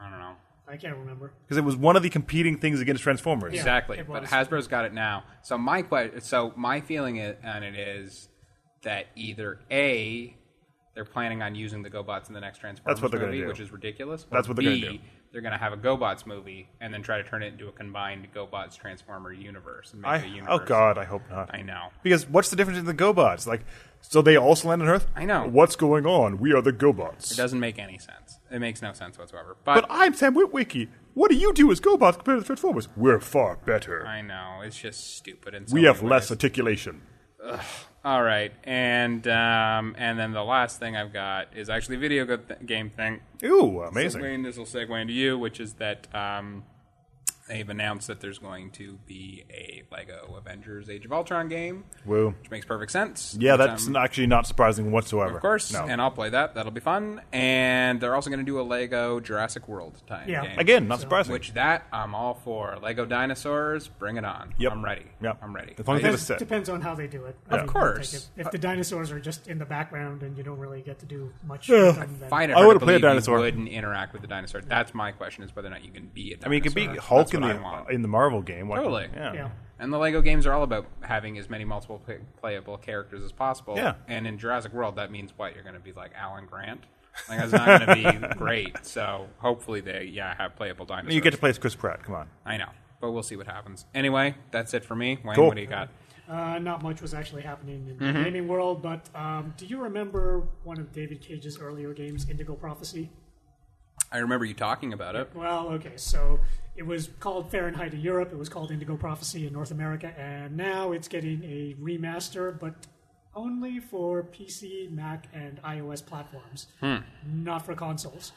S3: I don't know.
S2: I can't remember.
S1: Because it was one of the competing things against Transformers.
S2: Yeah.
S3: Exactly.
S2: it
S3: But
S2: was.
S3: Hasbro's got it now. So my que- so my feeling i- on it is that either A they're planning on using the GoBots in the next Transformers
S1: That's what they're gonna
S3: movie,
S1: do.
S3: which is ridiculous. or
S1: That's what they're
S3: B,
S1: gonna do.
S3: They're going to have a GoBots movie and then try to turn it into a combined GoBots Transformer universe and make it a
S1: I,
S3: universe.
S1: oh God, I hope not.
S3: I know.
S1: Because what's the difference in the GoBots? Like, so they also land on Earth?
S3: I know.
S1: What's going on? We are the GoBots.
S3: It doesn't make any sense. It makes no sense whatsoever.
S1: But
S3: But,
S1: I'm Sam Witwicky. What do you do as GoBots compared to the Transformers? We're far better.
S3: I know it's just stupid. And
S1: we have less articulation.
S3: All right, and um, and then the last thing I've got is actually a video go- th- game thing.
S1: Ooh, amazing.
S3: Segue- this will segue into you, which is that um, They've announced that there's going to be a Lego Avengers Age of Ultron game,
S1: Woo.
S3: which makes perfect sense.
S1: Yeah,
S3: which
S1: that's
S3: I'm-
S1: actually not surprising whatsoever.
S3: um, of course,
S1: No.
S3: and I'll play that. That'll be fun. And they're also going to do a Lego Jurassic World time
S2: Yeah.
S3: game.
S1: Again, not surprising.
S3: Which that I'm all for. Lego dinosaurs, bring it on.
S1: Yep.
S3: I'm ready.
S1: Yep.
S3: I'm ready.
S1: As long as they have a
S2: Depends,
S1: set.
S2: depends on how they do it.
S3: Of course.
S2: Like, If, if the dinosaurs are just in the background and you don't really get to do much
S1: Yeah.
S2: with them, then
S3: Fine,
S1: I
S3: I would
S1: would've
S3: play
S1: played
S3: a
S1: dinosaur.
S3: dinosaur. You wouldn't interact with the dinosaur. That's my question: is whether or not you can be a
S1: I
S3: dinosaur.
S1: mean, it could be
S3: That's
S1: Hulk in
S3: what I want.
S1: the in the Marvel game. Why-
S3: Totally.
S2: yeah.
S3: And the Lego games are all about having as many multiple play- playable characters as possible.
S1: Yeah.
S3: And in Jurassic World, that means what? You're going to be like Alan Grant. Like that's not going
S1: [LAUGHS]
S3: to be great. So hopefully they yeah have playable dinosaurs.
S1: You get to play as Chris Pratt. Come on.
S3: I know, but we'll see what happens. Anyway, that's it for me. Wayne,
S1: Cool.
S3: what do you got?
S2: Uh, not much was actually happening in the gaming world, but um, do you remember one of David Cage's earlier games, Indigo Prophecy?
S3: I remember you talking about it.
S2: Well, okay, so it was called Fahrenheit in Europe, it was called Indigo Prophecy in North America, and now it's getting a remaster, but only for PC, Mac, and iOS platforms, not for consoles.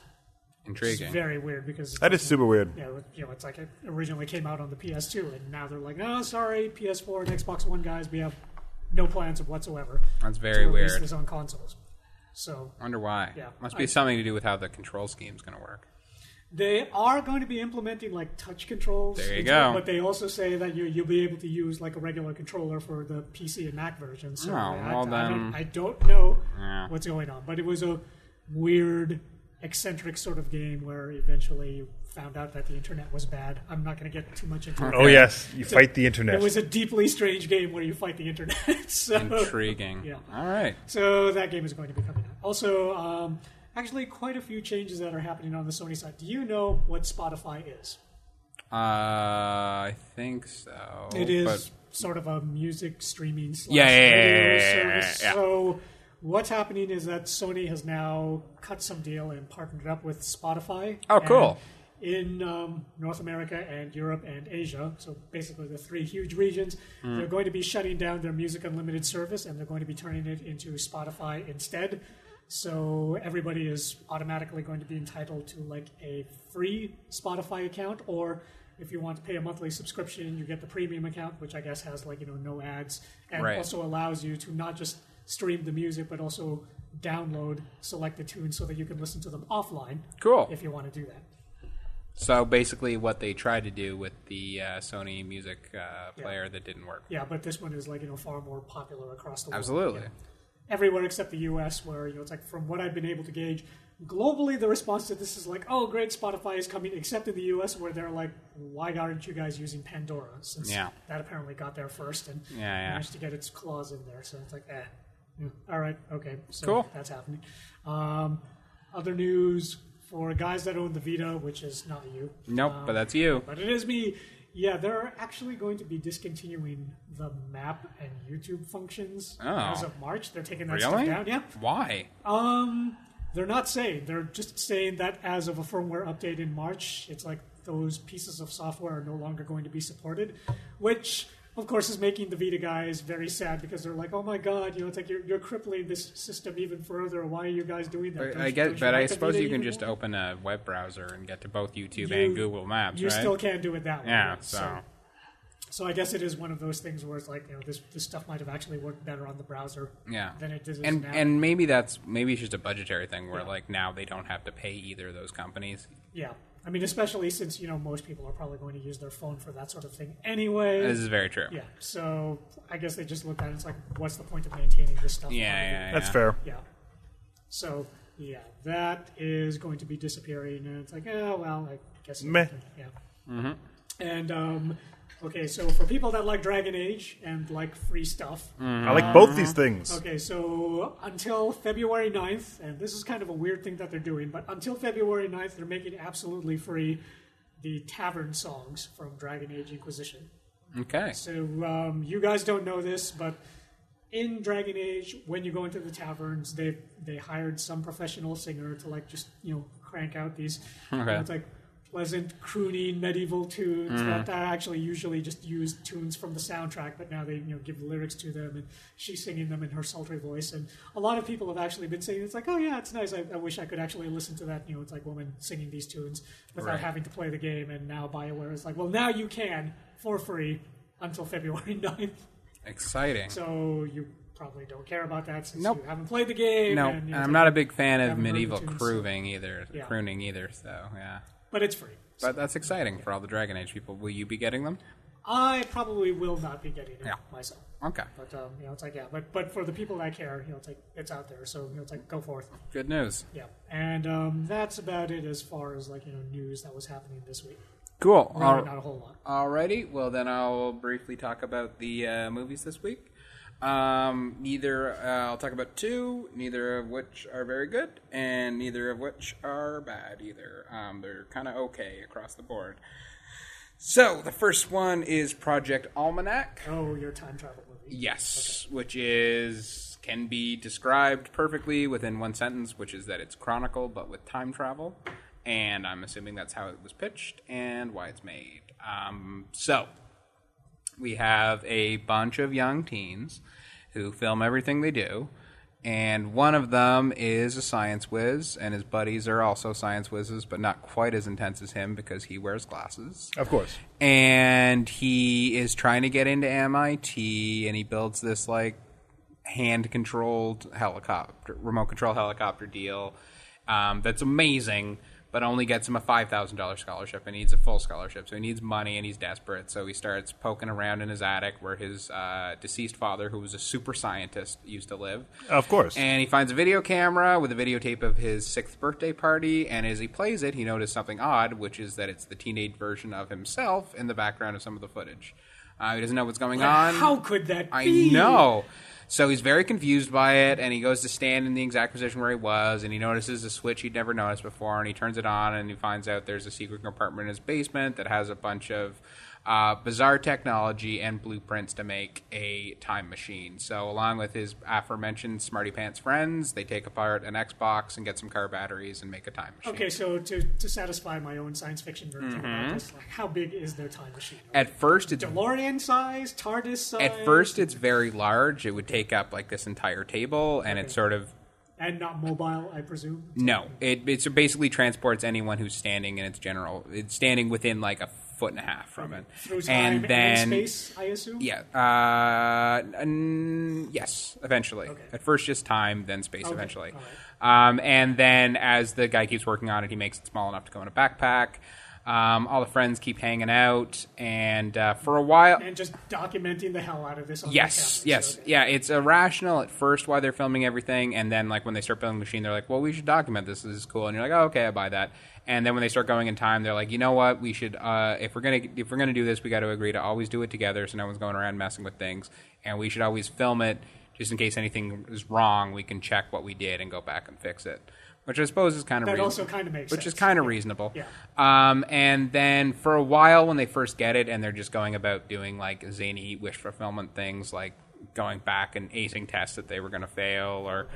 S2: It's
S3: Intriguing.
S2: very weird because
S1: That is super weird.
S2: you know, you know, it's like it originally came out on the PS2, and now they're like, oh, sorry, PS4 and Xbox One guys, we have no plans whatsoever.
S3: That's very
S2: to release
S3: weird.
S2: This on consoles, so
S3: Wonder why.
S2: Yeah.
S3: Must be something to do with how the control scheme's going to work.
S2: they are going to be implementing like touch controls.
S3: There you
S2: and-
S3: go.
S2: But they also say that you you'll be able to use like a regular controller for the PC and Mac version. So
S3: Oh,
S2: I,
S3: well
S2: I
S3: then.
S2: don't, I don't know
S3: Yeah.
S2: what's going on, but it was a weird. Eccentric sort of game where eventually you found out that the internet was bad. I'm not going to get too much
S3: [LAUGHS]
S2: into it.
S1: Oh yes, you fight the
S2: It
S1: internet.
S2: was a deeply strange game where you fight the internet. [LAUGHS] so,
S3: Intriguing.
S2: [LAUGHS] Yeah.
S3: All right.
S2: so that game is going to be coming out. Also, um, actually, quite a few changes that are happening on the Sony side. Do you know what Spotify is?
S3: Uh, I think so.
S2: It is
S3: Oh, But
S2: sort of a music streaming slash
S3: Yeah, yeah, yeah,
S2: video
S3: yeah, yeah, yeah,
S2: service.
S3: yeah.
S2: So what's happening is that Sony has now cut some deal and partnered up with Spotify.
S3: Oh,
S2: And
S3: cool.
S2: In um, North America and Europe and Asia, so basically the three huge regions, they're going to be shutting down their Music Unlimited service and they're going to be turning it into Spotify instead. So everybody is automatically going to be entitled to like a free Spotify account, or if you want to pay a monthly subscription, you get the premium account, which I guess has like you know no ads and
S3: Right.
S2: also allows you to not just stream the music but also download selected tunes so that you can listen to them offline
S3: Cool.
S2: if you want to do that.
S3: So basically, what they tried to do with the uh, Sony Music uh, player that didn't work.
S2: Yeah, but this one is like you know far more popular across the world.
S3: Absolutely.
S2: Yeah. everywhere except the U.S., where you know it's like from what I've been able to gauge, globally the response to this is like, oh great, Spotify is coming, except in the U.S. where they're like, why aren't you guys using Pandora? Since
S3: Yeah.
S2: that apparently got there first and
S3: Yeah, yeah.
S2: managed to get its claws in there. So it's like, eh, Yeah. all right, okay, so
S3: Cool.
S2: that's happening. Um, other news for guys that own the Vita, which is not you.
S3: Nope, but that's you.
S2: But it is me. Yeah, they're actually going to be discontinuing the map and YouTube functions
S3: Oh.
S2: as of March. They're taking that
S3: Really?
S2: stuff down. Yeah.
S3: Why?
S2: Um, they're not saying. They're just saying that as of a firmware update in March, it's like those pieces of software are no longer going to be supported, which of course is making the Vita guys very sad because they're like, oh my god, you know, it's like you're, you're crippling this system even further. Why are you guys doing that? Don't
S3: I
S2: you- don't
S3: get,
S2: you like
S3: but I
S2: the
S3: suppose
S2: Vita
S3: you can
S2: even
S3: just
S2: more?"
S3: open a web browser and get to both YouTube
S2: You-
S3: and Google Maps,
S2: You
S3: right?
S2: still can do it that way.
S3: yeah. So,
S2: So I guess it is one of those things where it's like, you know, this, this stuff might have actually worked better on the browser
S3: yeah.
S2: than it does
S3: and
S2: now.
S3: and maybe that's maybe it's just a budgetary thing where like now they don't have to pay either of those companies.
S2: yeah. I mean, especially since, you know, most people are probably going to use their phone for that sort of thing anyway.
S3: This is very true.
S2: yeah. So I guess they just looked at it, it's like, what's the point of maintaining this stuff?
S3: Yeah, yeah,
S1: That's
S3: yeah.
S1: fair.
S2: Yeah. So, yeah, that is going to be disappearing. And it's like, oh, well, I guess.
S1: Meh.
S2: Yeah. And, um, okay, so for people that like Dragon Age and like free stuff,
S1: I like both these
S3: Mm-hmm.
S1: things.
S2: Okay, so until February 9th, and this is kind of a weird thing that they're doing, but until February 9th, they're making absolutely free the tavern songs from Dragon Age Inquisition.
S3: Okay.
S2: So um, you guys don't know this, but in Dragon Age, when you go into the taverns, they they hired some professional singer to like just you know crank out these. you know,
S3: Okay. Mm-hmm.
S2: it's like pleasant, croony, medieval tunes that are actually usually just used tunes from the soundtrack, but now they you know give lyrics to them and she's singing them in her sultry voice. And a lot of people have actually been saying it's like, oh yeah, it's nice. I, I wish I could actually listen to that. You know, it's like woman singing these tunes without
S3: Right.
S2: having to play the game. And now Bioware is like, well, now you can for free until February [LAUGHS] 9th.
S3: Exciting.
S2: So you probably don't care about that since
S3: Nope.
S2: you haven't played the game.
S3: no,
S2: and, you
S3: and
S2: know,
S3: I'm not a big fan of
S2: haven't heard the
S3: medieval
S2: tunes.
S3: crooning either.
S2: Yeah.
S3: Crooning either. So yeah,
S2: but it's free.
S3: but that's exciting for all the Dragon Age people. Will you be getting them?
S2: I probably will not be getting it
S3: Yeah.
S2: myself.
S3: Okay.
S2: But um, you know, it's like yeah, but but for the people that care, you know, it's like it's out there, so you know, it's like go forth.
S3: Good news.
S2: Yeah, and um, that's about it as far as like you know news that was happening this week.
S3: Cool.
S2: Really
S3: All-
S2: not a whole lot.
S3: Alrighty, well then I'll briefly talk about the uh, movies this week. Um, neither uh, I'll talk about two, neither of which are very good, and neither of which are bad either. Um, they're kind of okay across the board. So the first one is Project Almanac.
S2: Oh, your time travel movie.
S3: Yes, which is can be described perfectly within one sentence, which is that it's chronicle but with time travel, and I'm assuming that's how it was pitched and why it's made. Um, so we have a bunch of young teens who film everything they do. And one of them is a science whiz, and his buddies are also science whizzes, but not quite as intense as him because he wears glasses
S1: Of course.
S3: and he is trying to get into MIT, and he builds this like hand-controlled helicopter, remote control helicopter deal um, that's amazing, but only gets him a five thousand dollars scholarship, and needs a full scholarship, so he needs money, and he's desperate, so he starts poking around in his attic where his uh, deceased father, who was a super scientist, used to live.
S1: Of course.
S3: And he finds a video camera with a videotape of his sixth birthday party. And as he plays it, he notices something odd, which is that it's the teenage version of himself in the background of some of the footage. Uh, he doesn't know what's going on.
S2: How could that [LAUGHS]
S3: I
S2: be?
S3: know. So he's very confused by it, and he goes to stand in the exact position where he was, and he notices a switch he'd never noticed before, and he turns it on, and he finds out there's a secret compartment in his basement that has a bunch of uh, bizarre technology and blueprints to make a time machine. So, along with his aforementioned Smarty Pants friends, they take apart an Xbox and get some car batteries and make a time machine.
S2: Okay, so to, to satisfy my own science fiction version
S3: Mm-hmm.
S2: about this, like how big is their time machine?
S3: At first, it's
S2: DeLorean size, TARDIS size.
S3: at first it's very large. It would take up like this entire table, and it's sort of
S2: and not mobile, I presume.
S3: No, it it's basically transports anyone who's standing in its general. It's standing within like a foot and a half from it,
S2: Through time
S3: and
S2: and,
S3: then
S2: space, I assume.
S3: yeah, uh, n- yes, eventually.
S2: Okay.
S3: At first, just time, then space,
S2: Okay,
S3: eventually.
S2: all
S3: Um, and then as the guy keeps working on it, he makes it small enough to go in a backpack. Um, all the friends keep hanging out, and uh, for a while,
S2: And just documenting the hell out of this. On
S3: Yes,
S2: the
S3: yes, yeah. It's irrational at first why they're filming everything, and then like when they start filming the machine, they're like, "Well, we should document this. This is cool." And you're like, "Oh, okay, I buy that." And then when they start going in time, they're like, "You know what? We should uh, if we're gonna if we're gonna do this, we got to agree to always do it together, so no one's going around messing with things, and we should always film it just in case anything is wrong. We can check what we did and go back and fix it." Which I suppose is kind of
S2: That
S3: reasonable
S2: also kind of makes
S3: which
S2: sense.
S3: is kind of reasonable.
S2: Yeah.
S3: Um, and then for a while, when they first get it, and they're just going about doing like zany wish fulfillment things, like going back and acing tests that they were going to fail, or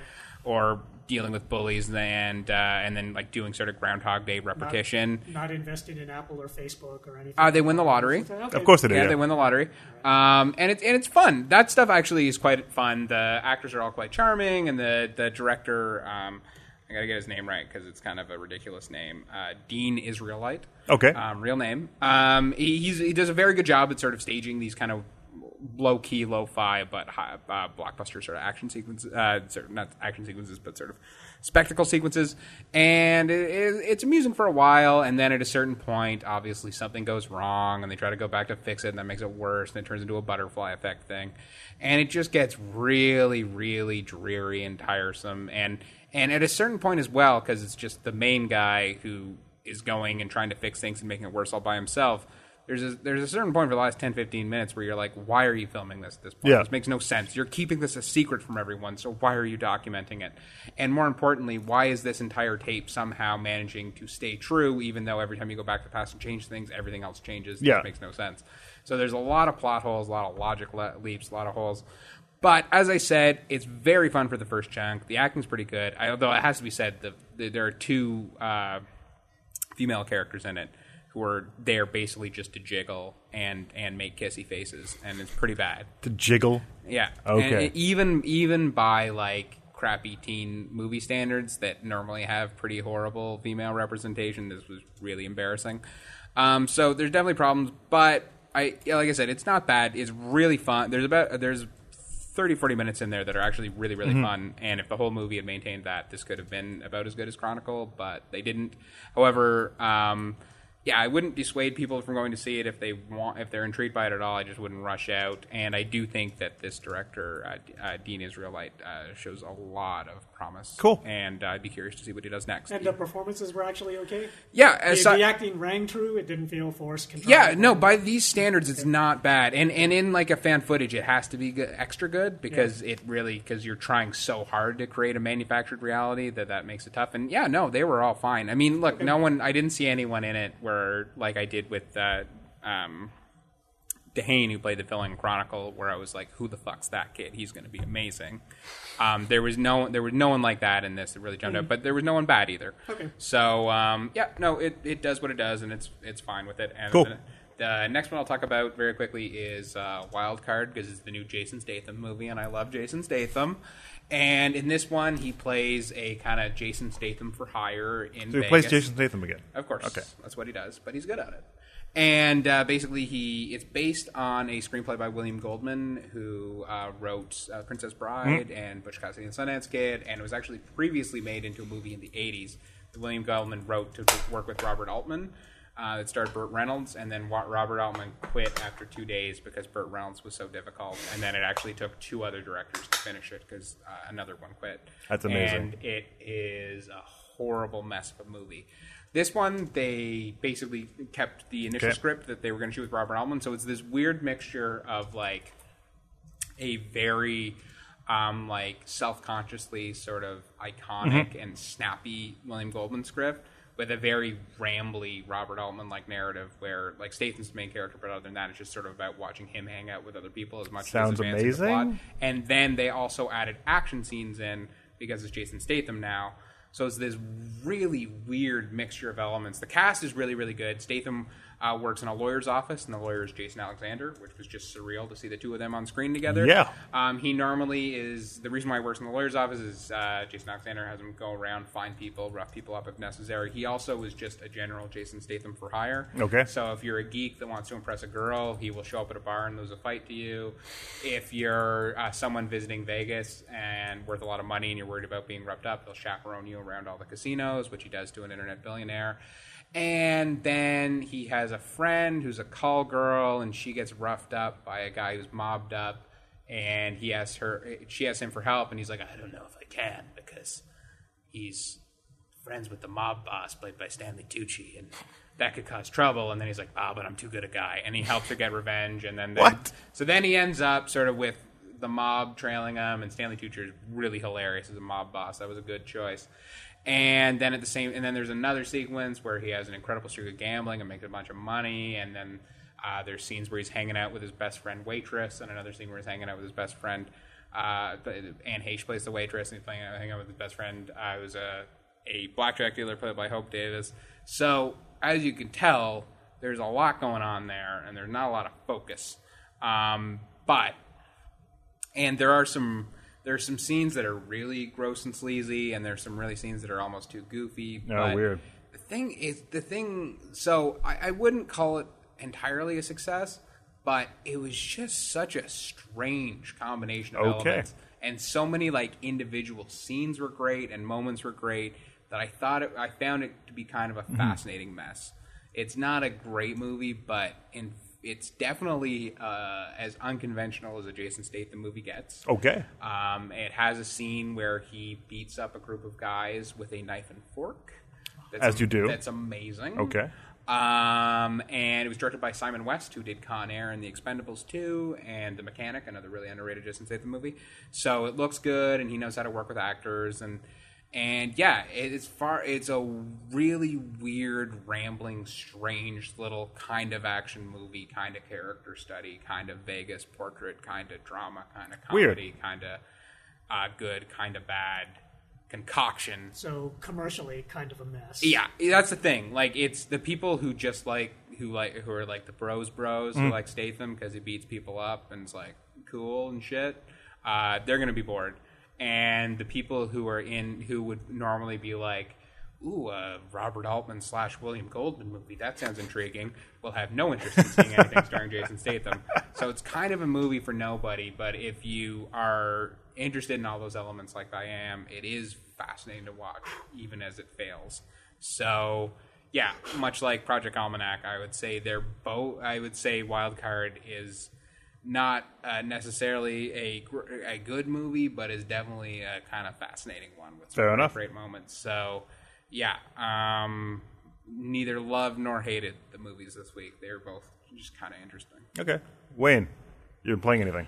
S3: or dealing with bullies, and uh, and then like doing sort of Groundhog Day repetition.
S2: Not investing in Apple or Facebook or anything.
S3: Uh, they win the lottery.
S2: Okay.
S1: of course it is.
S3: Yeah, they win the lottery. Um, and it's and it's fun. That stuff actually is quite fun. The actors are all quite charming, and the the director. Um, I gotta get his name right because it's kind of a ridiculous name. Uh, Dean Israelite.
S1: Okay.
S3: Um, real name. Um, he, he's, he does a very good job at sort of staging these kind of low key, lo fi, but high, uh, blockbuster sort of action sequences. Uh, sort of, not action sequences, but sort of spectacle sequences. And it, it, it's amusing for a while, and then at a certain point, obviously something goes wrong, and they try to go back to fix it, and that makes it worse, and it turns into a butterfly effect thing, and it just gets really, really dreary and tiresome, and and at a certain point as well, because it's just the main guy who is going and trying to fix things and making it worse all by himself. There's a, there's a certain point for the last 10, 15 minutes where you're like, why are you filming this at this point?
S1: Yeah.
S3: This makes no sense. You're keeping this a secret from everyone, so why are you documenting it? And more importantly, why is this entire tape somehow managing to stay true, even though every time you go back to the past and change things, everything else changes?
S1: Yeah.
S3: It makes no sense. So there's a lot of plot holes, a lot of logic le- leaps, a lot of holes. But as I said, it's very fun for the first chunk. The acting's pretty good, I, although it has to be said, the, the, there are two. Uh, female characters in it who are there basically just to jiggle and and make kissy faces, and it's pretty bad.
S1: To jiggle.
S3: Yeah. And
S1: Okay.
S3: it- even even by like crappy teen movie standards that normally have pretty horrible female representation, this was really embarrassing. Um, so there's definitely problems, but I yeah, like I said, it's not bad. It's really fun. There's about there's 30 40 minutes in there that are actually really really fun and if the whole movie had maintained that this could have been about as good as chronicle but they didn't however um, yeah i wouldn't dissuade people from going to see it if they want if they're intrigued by it at all i just wouldn't rush out and i do think that this director uh, D- uh, dean israelite uh, shows a lot of promise
S1: Cool.
S3: and i'd be curious to see what he does next
S2: And the performances were actually okay.
S3: yeah
S2: The,
S3: aside-
S2: the acting rang true. It didn't feel forced.
S3: Yeah,
S2: contrived.
S3: no, by these standards, it's not bad. And and in like a fan footage, it has to be go- extra good because it really because you're trying so hard to create a manufactured reality that that makes it tough. And yeah, no, they were all fine. I mean, look, no one, I didn't see anyone in it where like I did with uh, um, Dehane, who played the villain in Chronicle, where I was like, "Who the fuck's that kid? He's going to be amazing." Um, there was no, there was no one like that in this that really jumped out, but there was no one bad either.
S2: Okay.
S3: So um, yeah, no, it, it does what it does, and it's it's fine with it. And
S1: Cool.
S3: the, the next one I'll talk about very quickly is uh, Wild Card because it's the new Jason Statham movie, and I love Jason Statham. And in this one, he plays a kind of Jason Statham for hire in
S1: So he
S3: Vegas.
S1: plays Jason Statham again.
S3: Of course.
S1: Okay.
S3: That's what he does, but he's good at it. And uh, basically, he it's based on a screenplay by William Goldman, who uh, wrote uh, Princess Bride
S1: Hmm.
S3: and Butch Cassidy and the Sundance Kid, and it was actually previously made into a movie in the '80s that William Goldman wrote to work with Robert Altman. Uh, it starred Burt Reynolds, and then Wa- Robert Altman quit after two days because Burt Reynolds was so difficult. And then it actually took two other directors to finish it because uh, another one quit.
S1: That's amazing.
S3: And it is a horrible mess of a movie. This one, they basically kept the initial
S1: Okay.
S3: script that they were going to shoot with Robert Altman, so it's this weird mixture of like a very um, like self-consciously sort of iconic
S1: Mm-hmm.
S3: and snappy William Goldman script with a very rambly Robert Altman like narrative where like Statham's the main character, but other than that, it's just sort of about watching him hang out with other people as much
S1: Sounds
S3: as advancing the plot.
S1: amazing.
S3: Oh. And then they also added action scenes in because it's Jason Statham now. So it's this really weird mixture of elements. The cast is really, really good. Statham uh, works in a lawyer's office, and the lawyer is Jason Alexander, which was just surreal to see the two of them on screen together.
S1: Yeah.
S3: Um, he normally is the reason why he works in the lawyer's office is uh, Jason Alexander has him go around, find people, rough people up if necessary. He also is just a general Jason Statham for hire.
S1: Okay.
S3: So if you're a geek that wants to impress a girl, he will show up at a bar and lose a fight to you. If you're uh, someone visiting Vegas and worth a lot of money and you're worried about being roughed up, he'll chaperone you around all the casinos, which he does to an internet billionaire. And then he has a friend who's a call girl, and she gets roughed up by a guy who's mobbed up. And he asks her, she asks him for help, and he's like, "I don't know if I can because he's friends with the mob boss played by Stanley Tucci, and that could cause trouble. And then he's like, "Ah, but I'm too good a guy," and he helps her get revenge. And then, then
S1: What?
S3: So then he ends up sort of with the mob trailing him, and Stanley Tucci is really hilarious as a mob boss. That was a good choice. And then at the same, and then there's another sequence where he has an incredible streak of gambling and makes a bunch of money, and then. Uh, there's scenes where he's hanging out with his best friend waitress, and another scene where he's hanging out with his best friend. Uh, Anne Heche plays the waitress, and he's playing, uh, hanging out with his best friend. Uh, who's a a blackjack dealer played by Hope Davis. So as you can tell, there's a lot going on there, and there's not a lot of focus. Um, but and there are some there are some scenes that are really gross and sleazy, and there's some really scenes that are almost too goofy.
S1: Oh,
S3: but
S1: weird.
S3: The thing is, the thing. So I, I wouldn't call it entirely a success, but it was just such a strange combination of
S1: Okay.
S3: elements and so many like individual scenes were great and moments were great that I thought it, I found it to be kind of a
S1: Mm-hmm.
S3: fascinating mess. It's not a great movie, but in, it's definitely uh, as unconventional as a Jason Statham movie gets.
S1: Okay.
S3: Um, it has a scene where he beats up a group of guys with a knife and fork. That's
S1: As you do.
S3: That's amazing.
S1: Okay.
S3: Um, and it was directed by Simon West, who did Con Air and The Expendables 2 and The Mechanic, another really underrated Jason Statham movie. So it looks good, and he knows how to work with actors and. And yeah, it- it's far. It's a really weird, rambling, strange little kind of action movie, kind of character study, kind of Vegas portrait, kind of drama, kind of
S1: Weird.
S3: comedy, kind of uh, good, kind of bad, concoction.
S2: So commercially, kind of a mess.
S3: Yeah, that's the thing. Like, it's the people who just like who like who are like the bros, bros who like Statham because he beats people up and it's like cool and shit. Uh, they're gonna be bored, and the people who are in who would normally be like. Ooh, uh, Robert Altman slash William Goldman movie. That sounds intriguing. Will have no interest in seeing anything starring Jason Statham. So it's kind of a movie for nobody. But if you are interested in all those elements, like I am, it is fascinating to watch, even as it fails. So yeah, much like Project Almanac, I would say they're both. I would say Wildcard is not uh, necessarily a gr- a good movie, but is definitely a kind of fascinating one with some
S1: Fair enough.
S3: great moments. So yeah, um, neither love nor hated the movies this week. They were both just kind of interesting.
S1: Okay. Wayne, you been playing anything?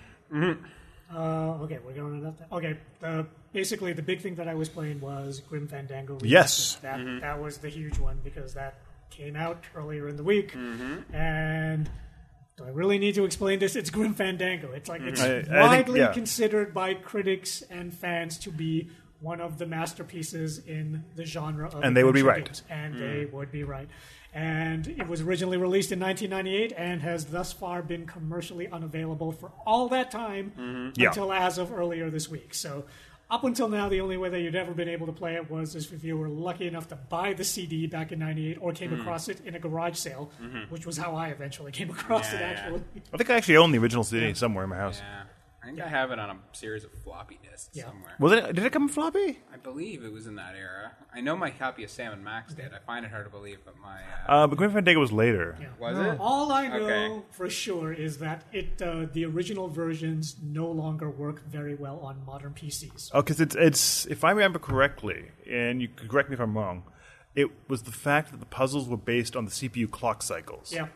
S2: Uh, okay, we're going enough. Time. Okay, the, basically the big thing that I was playing was Grim Fandango. Remastered.
S1: Yes.
S2: that that was the huge one because that came out earlier in the week, and. Do I really need to explain this? It's Grim Fandango. It's like it's
S1: Mm-hmm. I- I think-
S2: widely
S1: yeah.
S2: considered by critics and fans to be one of the masterpieces in the genre of
S1: And they would be
S2: adventure
S1: right.
S2: games. and
S3: Mm.
S2: they would be right. And it was originally released in 1998 and has thus far been commercially unavailable for all that time
S3: Mm-hmm.
S1: Yeah.
S2: until as of earlier this week. So up until now, the only way that you'd ever been able to play it was if you were lucky enough to buy the CD back in '98 or
S3: Mm.
S2: came across it in a garage sale, which was how I eventually came [LAUGHS] across
S3: Yeah,
S2: it.
S3: Mm-hmm. yeah.
S2: Actually,
S1: I think I actually own the original CD somewhere in my house.
S3: Yeah, I think I have it on a series of floppy disks
S2: Yeah.
S3: somewhere.
S1: Was it? Did it come floppy?
S3: I believe it was in that era. I know my copy of Sam and Max did. I find it hard to believe, but my uh,
S1: Uh, but Grim Fandango was later.
S2: Yeah.
S3: was it?
S2: All I know
S3: Okay.
S2: for sure is that it uh, the original versions no longer work very well on modern PCs.
S1: Oh, because it's it's if I remember correctly, and you could correct me if I'm wrong, it was the fact that the puzzles were based on the CPU clock cycles.
S2: Yeah.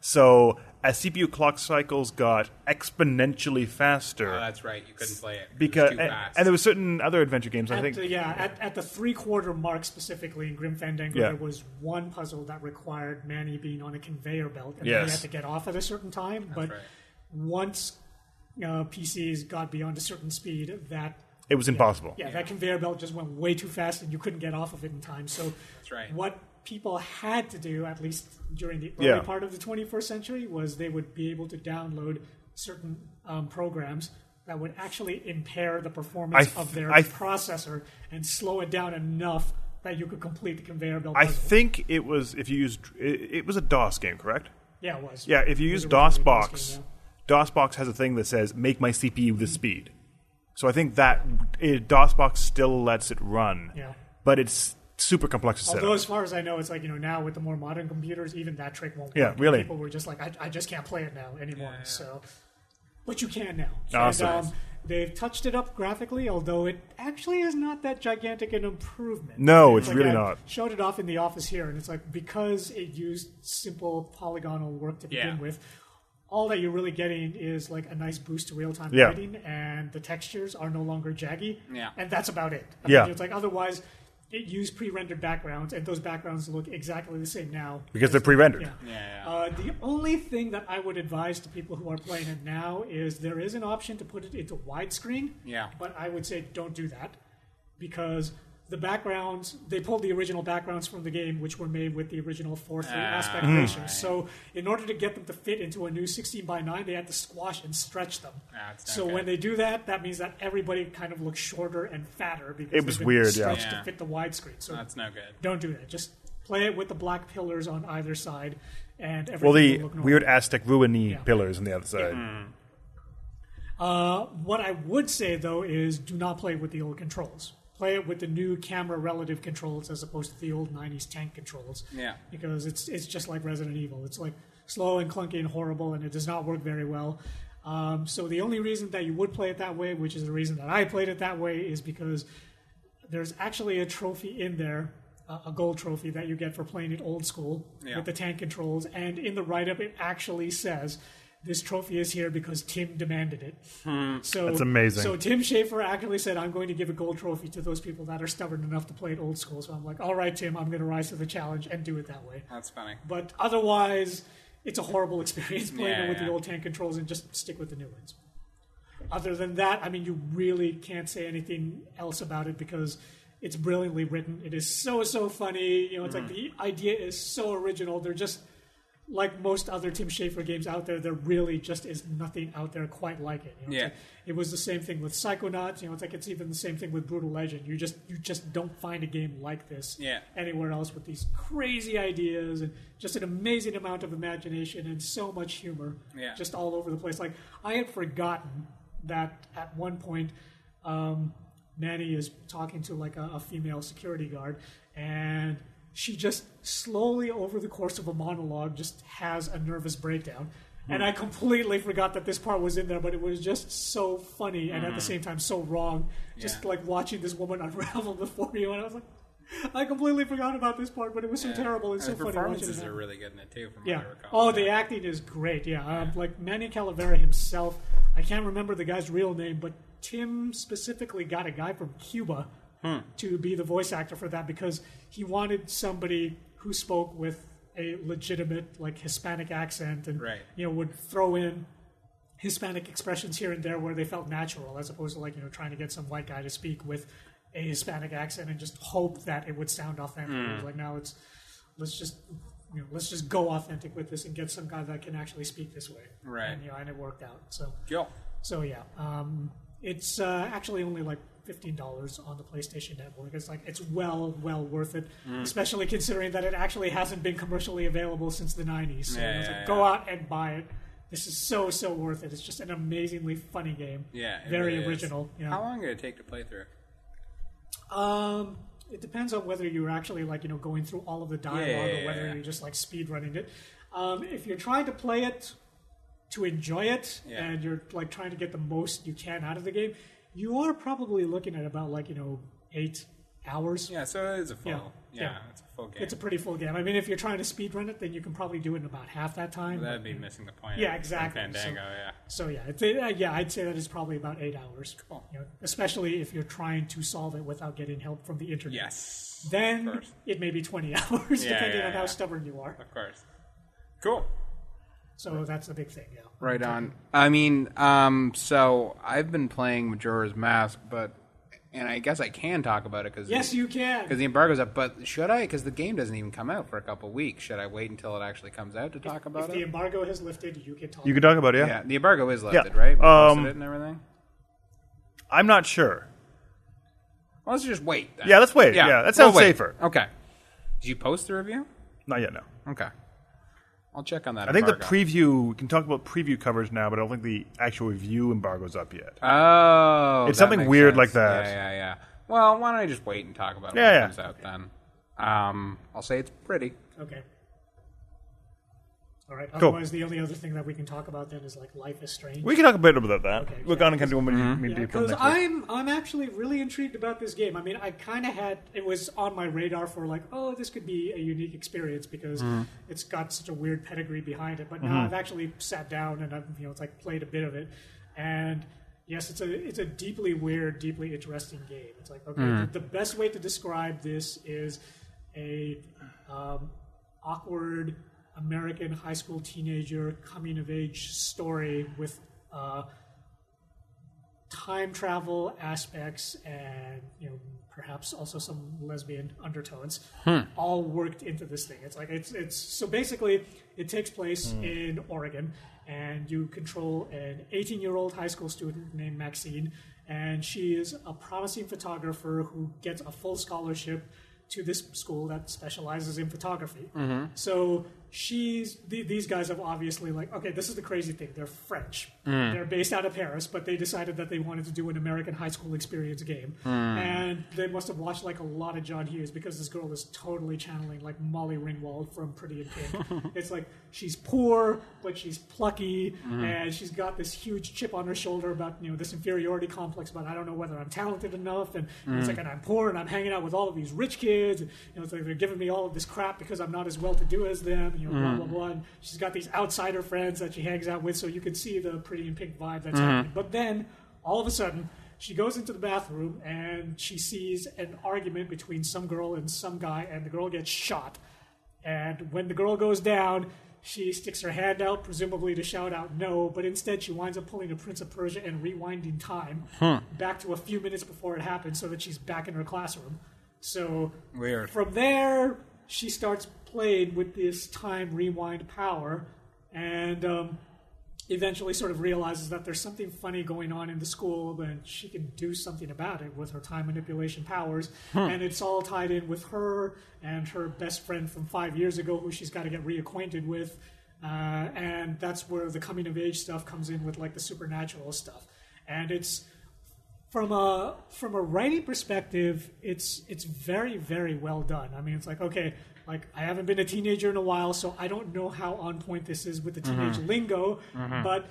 S1: So as CPU clock cycles got exponentially faster,
S2: Uh,
S3: Oh, that's right. You couldn't play it
S1: because
S3: it was too
S1: and,
S3: fast.
S1: and there were certain other adventure games. I
S2: At
S1: think
S2: the, yeah, at, at the three quarter mark specifically in Grim Fandango,
S1: Yeah.
S2: there was one puzzle that required Manny being on a conveyor belt, and then
S1: Yes.
S2: he had to get off at a certain time. but
S3: right.
S2: once uh, PCs got beyond a certain speed, that
S1: it was impossible.
S2: yeah, that conveyor belt just went way too fast, and you couldn't get off of it in time. So
S3: That's right.
S2: What people had to do, at least during the early
S1: Yeah.
S2: part of the 21st century, was they would be able to download certain um, programs that would actually impair the
S1: I
S2: performance
S1: th-
S2: of their
S1: I th-
S2: processor and slow it down enough that you could complete the conveyor belt.
S1: I
S2: puzzle.
S1: think it was if you used it, it was a DOS game, correct?
S2: yeah, it was.
S1: Yeah, if you
S2: It was
S1: use
S2: originally
S1: DOSBox,
S2: DOS game, yeah.
S1: DOSBox has a thing that says "Make my CPU this speed." So I think that it, DOSBox still lets it run,
S2: Yeah.
S1: but it's super complex to set
S2: Although,
S1: up.
S2: as far as I know, it's like you know now with the more modern computers, even that trick won't.
S1: Yeah,
S2: work.
S1: really.
S2: People were just like, I, I just can't play it now anymore. So, but you can now.
S1: Awesome.
S2: And, um, they've touched it up graphically, although it actually is not that gigantic an improvement.
S1: No, it's really
S2: I
S1: not.
S2: Showed it off in the office here, and it's like because it used simple polygonal work to begin
S3: Yeah.
S2: with. All that you're really getting is like a nice boost to real time
S1: Yeah.
S2: lighting, and the textures are no longer jaggy.
S3: Yeah.
S2: And that's about it. I
S1: Yeah.
S2: mean, it's like otherwise, it used pre-rendered backgrounds, and those backgrounds look exactly the same now
S1: Because they're pre-rendered.
S2: Yeah.
S3: Yeah, yeah.
S2: Uh, the only thing that I would advise to people who are playing it now is there is an option to put it into widescreen.
S3: Yeah.
S2: But I would say don't do that because the backgrounds they pulled the original backgrounds from the game, which were made with the original four three
S3: Ah,
S2: aspect
S3: hmm.
S2: ratio. So in order to get them to fit into a new sixteen by nine, they had to squash and stretch them.
S3: Ah, it's not
S2: so
S3: good.
S2: when they do that, that means that everybody kind of looks shorter and fatter because
S1: It was
S2: they've been
S1: weird, yeah.
S2: stretched
S3: Yeah.
S2: to fit the widescreen. So
S3: that's no good.
S2: don't do that. Just play it with the black pillars on either side, and everything
S1: Well, the
S2: will look normal.
S1: weird Aztec ruiny
S2: Yeah. Hmm.
S1: pillars on the other side.
S2: Uh, what I would say though is, do not play with the old controls. Play it with the new camera relative controls as opposed to the old '90s tank controls.
S3: Yeah.
S2: because it's it's just like Resident Evil. It's like slow and clunky and horrible, and it does not work very well. Um, so the only reason that you would play it that way, which is the reason that I played it that way, is because there's actually a trophy in there, uh, a gold trophy that you get for playing it old school
S3: Yeah.
S2: with the tank controls. And in the write up, it actually says this trophy is here because Tim demanded it. So
S1: That's amazing.
S2: So Tim Schafer actually said, "I'm going to give a gold trophy to those people that are stubborn enough to play it old school." So I'm like, "All right, Tim, I'm going to rise to the challenge and do it that way."
S3: That's funny.
S2: But otherwise, it's a horrible experience playing
S3: Yeah,
S2: it with
S3: yeah.
S2: the old tank controls and just stick with the new ones. Other than that, I mean, you really can't say anything else about it because It's brilliantly written. It is so so funny. You know, it's
S3: Mm.
S2: like the idea is so original. They're just like most other Tim Schafer games out there. There really just is nothing out there quite like it. You know, it's
S3: Yeah.
S2: like- it was the same thing with Psychonauts. You know, it's like it's even the same thing with Brutal Legend. You just you just don't find a game like this
S3: Yeah.
S2: anywhere else with these crazy ideas and just an amazing amount of imagination and so much humor
S3: Yeah.
S2: just all over the place. Like I had forgotten that at one point um, Nanny is talking to like a, a female security guard and she just slowly over the course of a monologue just has a nervous breakdown.
S3: Hmm.
S2: And I completely forgot that this part was in there, but it was just so funny and at the same time so wrong. Just
S3: Mm-hmm. Yeah.
S2: like watching this woman [LAUGHS] unravel before you, and I was like, [LAUGHS] I completely forgot about this part, but it was so terrible and
S3: Uh,
S2: so
S3: the
S2: funny watching it.
S3: performances
S2: happen.
S3: are really good in it too, from
S2: Yeah.
S3: what I recall.
S2: Oh, the acting is great. Yeah. Um, like Manny Calavera himself, I can't remember the guy's real name, but Tim specifically got a guy from Cuba
S3: Hmm.
S2: to be the voice actor for that because he wanted somebody who spoke with a legitimate like Hispanic accent and
S3: Right.
S2: you know would throw in Hispanic expressions here and there where they felt natural, as opposed to like you know trying to get some white guy to speak with a Hispanic accent and just hope that it would sound authentic. It was Like now, it's let's just you know let's just go authentic with this and get some guy that can actually speak this way.
S3: Right.
S2: And, you know, and it worked out. So
S3: Cool.
S2: so yeah, um, it's uh, actually only like fifteen dollars on the PlayStation Network. It's like it's well well worth it,
S3: Mm.
S2: especially considering that it actually hasn't been commercially available since the nineties. So
S3: Yeah,
S2: you know, it's
S3: yeah,
S2: like,
S3: yeah.
S2: go out and buy it. This is so so worth it. It's just an amazingly funny game.
S3: Yeah, it
S2: very
S3: really is.
S2: original. Yeah.
S3: How long did it take to play through?
S2: Um, it depends on whether you're actually like you know going through all of the dialogue
S3: Yeah, yeah,
S2: or whether
S3: yeah.
S2: you're just like speed running it. Um, if you're trying to play it to enjoy it
S3: Yeah.
S2: and you're like trying to get the most you can out of the game, you are probably looking at about like you know eight hours.
S3: Yeah, so it is a full. Yeah,
S2: Yeah, yeah.
S3: it's a full game.
S2: It's a pretty full game. I mean, if you're trying to speed run it, then you can probably do it in about half that time.
S3: That'd be missing the point.
S2: Yeah,
S3: of
S2: exactly.
S3: Fandango,
S2: So-
S3: yeah.
S2: So yeah, it's, uh, yeah, I'd say that it's probably about eight hours.
S3: Cool.
S2: You know, especially if you're trying to solve it without getting help from the internet.
S3: Yes. Of
S2: then
S3: course.
S2: it may be 20 [LAUGHS] hours
S3: Yeah,
S2: depending
S3: yeah,
S2: on how
S3: yeah.
S2: stubborn you are
S3: Of course. Cool.
S2: so that's the big thing yeah
S3: Right on. I mean, um, so I've been playing Majora's Mask, but and I guess I can talk about it because
S2: yes you
S3: because
S2: can
S3: the embargo's up. But should I? Because the game doesn't even come out for a couple weeks. Should I wait until it actually comes out to talk
S2: if
S3: about
S2: the
S3: it?
S2: embargo has lifted you can talk
S1: You can talk about it, yeah?
S3: yeah, the embargo is lifted,
S1: Yeah.
S3: right? We posted
S1: Um,
S3: it and everything.
S1: I'm not sure.
S3: Well, let's just wait. then.
S1: Yeah, let's wait. Yeah, that sounds
S3: wait.
S1: safer.
S3: Okay. Did you post the review?
S1: Not yet, no.
S3: Okay. I'll check on that.
S1: I think the
S3: embargo.
S1: preview, we can talk about preview covers now, but I don't think the actual review embargo's up yet.
S3: Oh,
S1: It's
S3: that
S1: something
S3: makes
S1: weird like
S3: sense.
S1: that.
S3: Yeah, yeah, yeah. Well, why don't I just wait and talk about it
S1: Yeah,
S3: when it
S1: yeah.
S3: comes out then? Um, I'll say it's pretty.
S2: okay all right
S1: Cool.
S2: otherwise the only other thing that we can talk about then is like life is strange
S1: We can talk a bit about that.
S2: Okay,
S1: Look
S2: yeah,
S1: on and kind of when
S3: Mm-hmm.
S1: you mean to
S2: because
S1: next week.
S2: I'm I'm actually really intrigued about this game. I mean, I kind of had it was on my radar for like, oh, this could be a unique experience because it's got such a weird pedigree behind it. But now I've actually sat down and I've you know it's like played a bit of it, and yes, it's a it's a deeply weird, deeply interesting game. It's like okay, the, the best way to describe this is a um, awkward American high school teenager coming of age story with. Uh, time travel aspects and you know perhaps also some lesbian undertones all worked into this thing it's like it's it's so basically it takes place in Oregon and you control an 18 year old high school student named Maxine and she is a promising photographer who gets a full scholarship to this school that specializes in photography so she's the, these guys have obviously like okay this is the crazy thing they're french they're based out of paris but they decided that they wanted to do an american high school experience game and they must have watched like a lot of john hughes because this girl is totally channeling like molly ringwald from pretty in pink it's like she's poor but she's plucky and she's got this huge chip on her shoulder about you know this inferiority complex about i don't know whether i'm talented enough and it's like and i'm poor and i'm hanging out with all of these rich kids and, you know it's like they're giving me all of this crap because i'm not as well to do as them you know blah blah blah and she's got these outsider friends that she hangs out with so you can see the pretty in pink vibe that's happening but then all of a sudden she goes into the bathroom and she sees an argument between some girl and some guy and the girl gets shot and when the girl goes down, She sticks her hand out, presumably to shout out no, but instead she winds up pulling a Prince of Persia and rewinding time back to a few minutes before it happened so that she's back in her classroom. So
S3: Weird.
S2: from there, she starts playing with this time rewind power and um, eventually sort of realizes that there's something funny going on in the school and she can do something about it with her time manipulation powers. And it's all tied in with her and her best friend from five years ago, who she's got to get reacquainted with. Uh, and that's where the coming of age stuff comes in with like the supernatural stuff. And it's from a from a writing perspective, it's it's very very well done. I mean, it's like okay, like I haven't been a teenager in a while, so I don't know how on point this is with the teenage lingo, but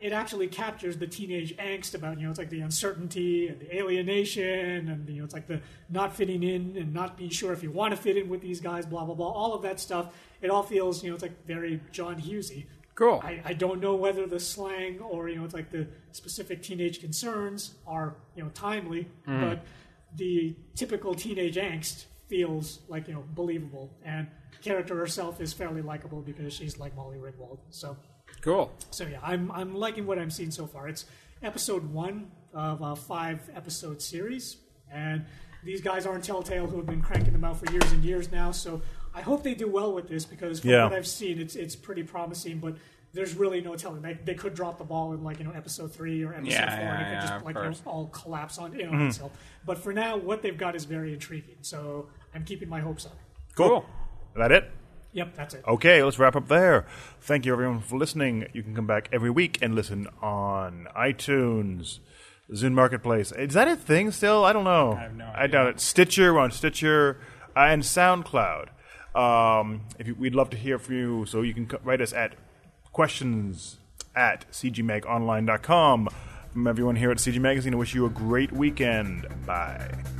S2: it actually captures the teenage angst about you know it's like the uncertainty and the alienation and you know it's like the not fitting in and not being sure if you want to fit in with these guys, blah blah blah, all of that stuff. It all feels you know it's like very John Hughesy.
S3: Cool.
S2: I, I don't know whether the slang or you know it's like the specific teenage concerns are you know timely, but the typical teenage angst feels like you know believable, and character herself is fairly likable because she's like Molly Ringwald. So
S3: cool.
S2: so yeah, I'm I'm liking what I'm seeing so far. It's episode one of a five episode series, and these guys aren't Telltale who have been cranking them out for years and years now. So I hope they do well with this because from
S1: Yeah.
S2: what I've seen, it's it's pretty promising. But there's really no telling. They, they could drop the ball in like you know episode three or episode
S3: Yeah,
S2: four, and
S3: yeah,
S2: it could
S3: yeah,
S2: just
S3: of
S2: like you know,
S3: course.
S2: all collapse on, in on itself. But for now, what they've got is very intriguing. So I'm keeping my hopes up.
S3: Cool.
S1: Is that it?
S2: Yep, that's it.
S1: Okay, let's wrap up there. Thank you everyone for listening. You can come back every week and listen on iTunes, Zune Marketplace. Is that a thing still? I don't know. I
S3: have no
S1: I doubt it. Stitcher, we're on Stitcher, uh, and SoundCloud. Um, if you, we'd love to hear from you, so you can c- write us at questions at cgmagonline.com. From everyone here at CG Magazine, I wish you a great weekend. Bye.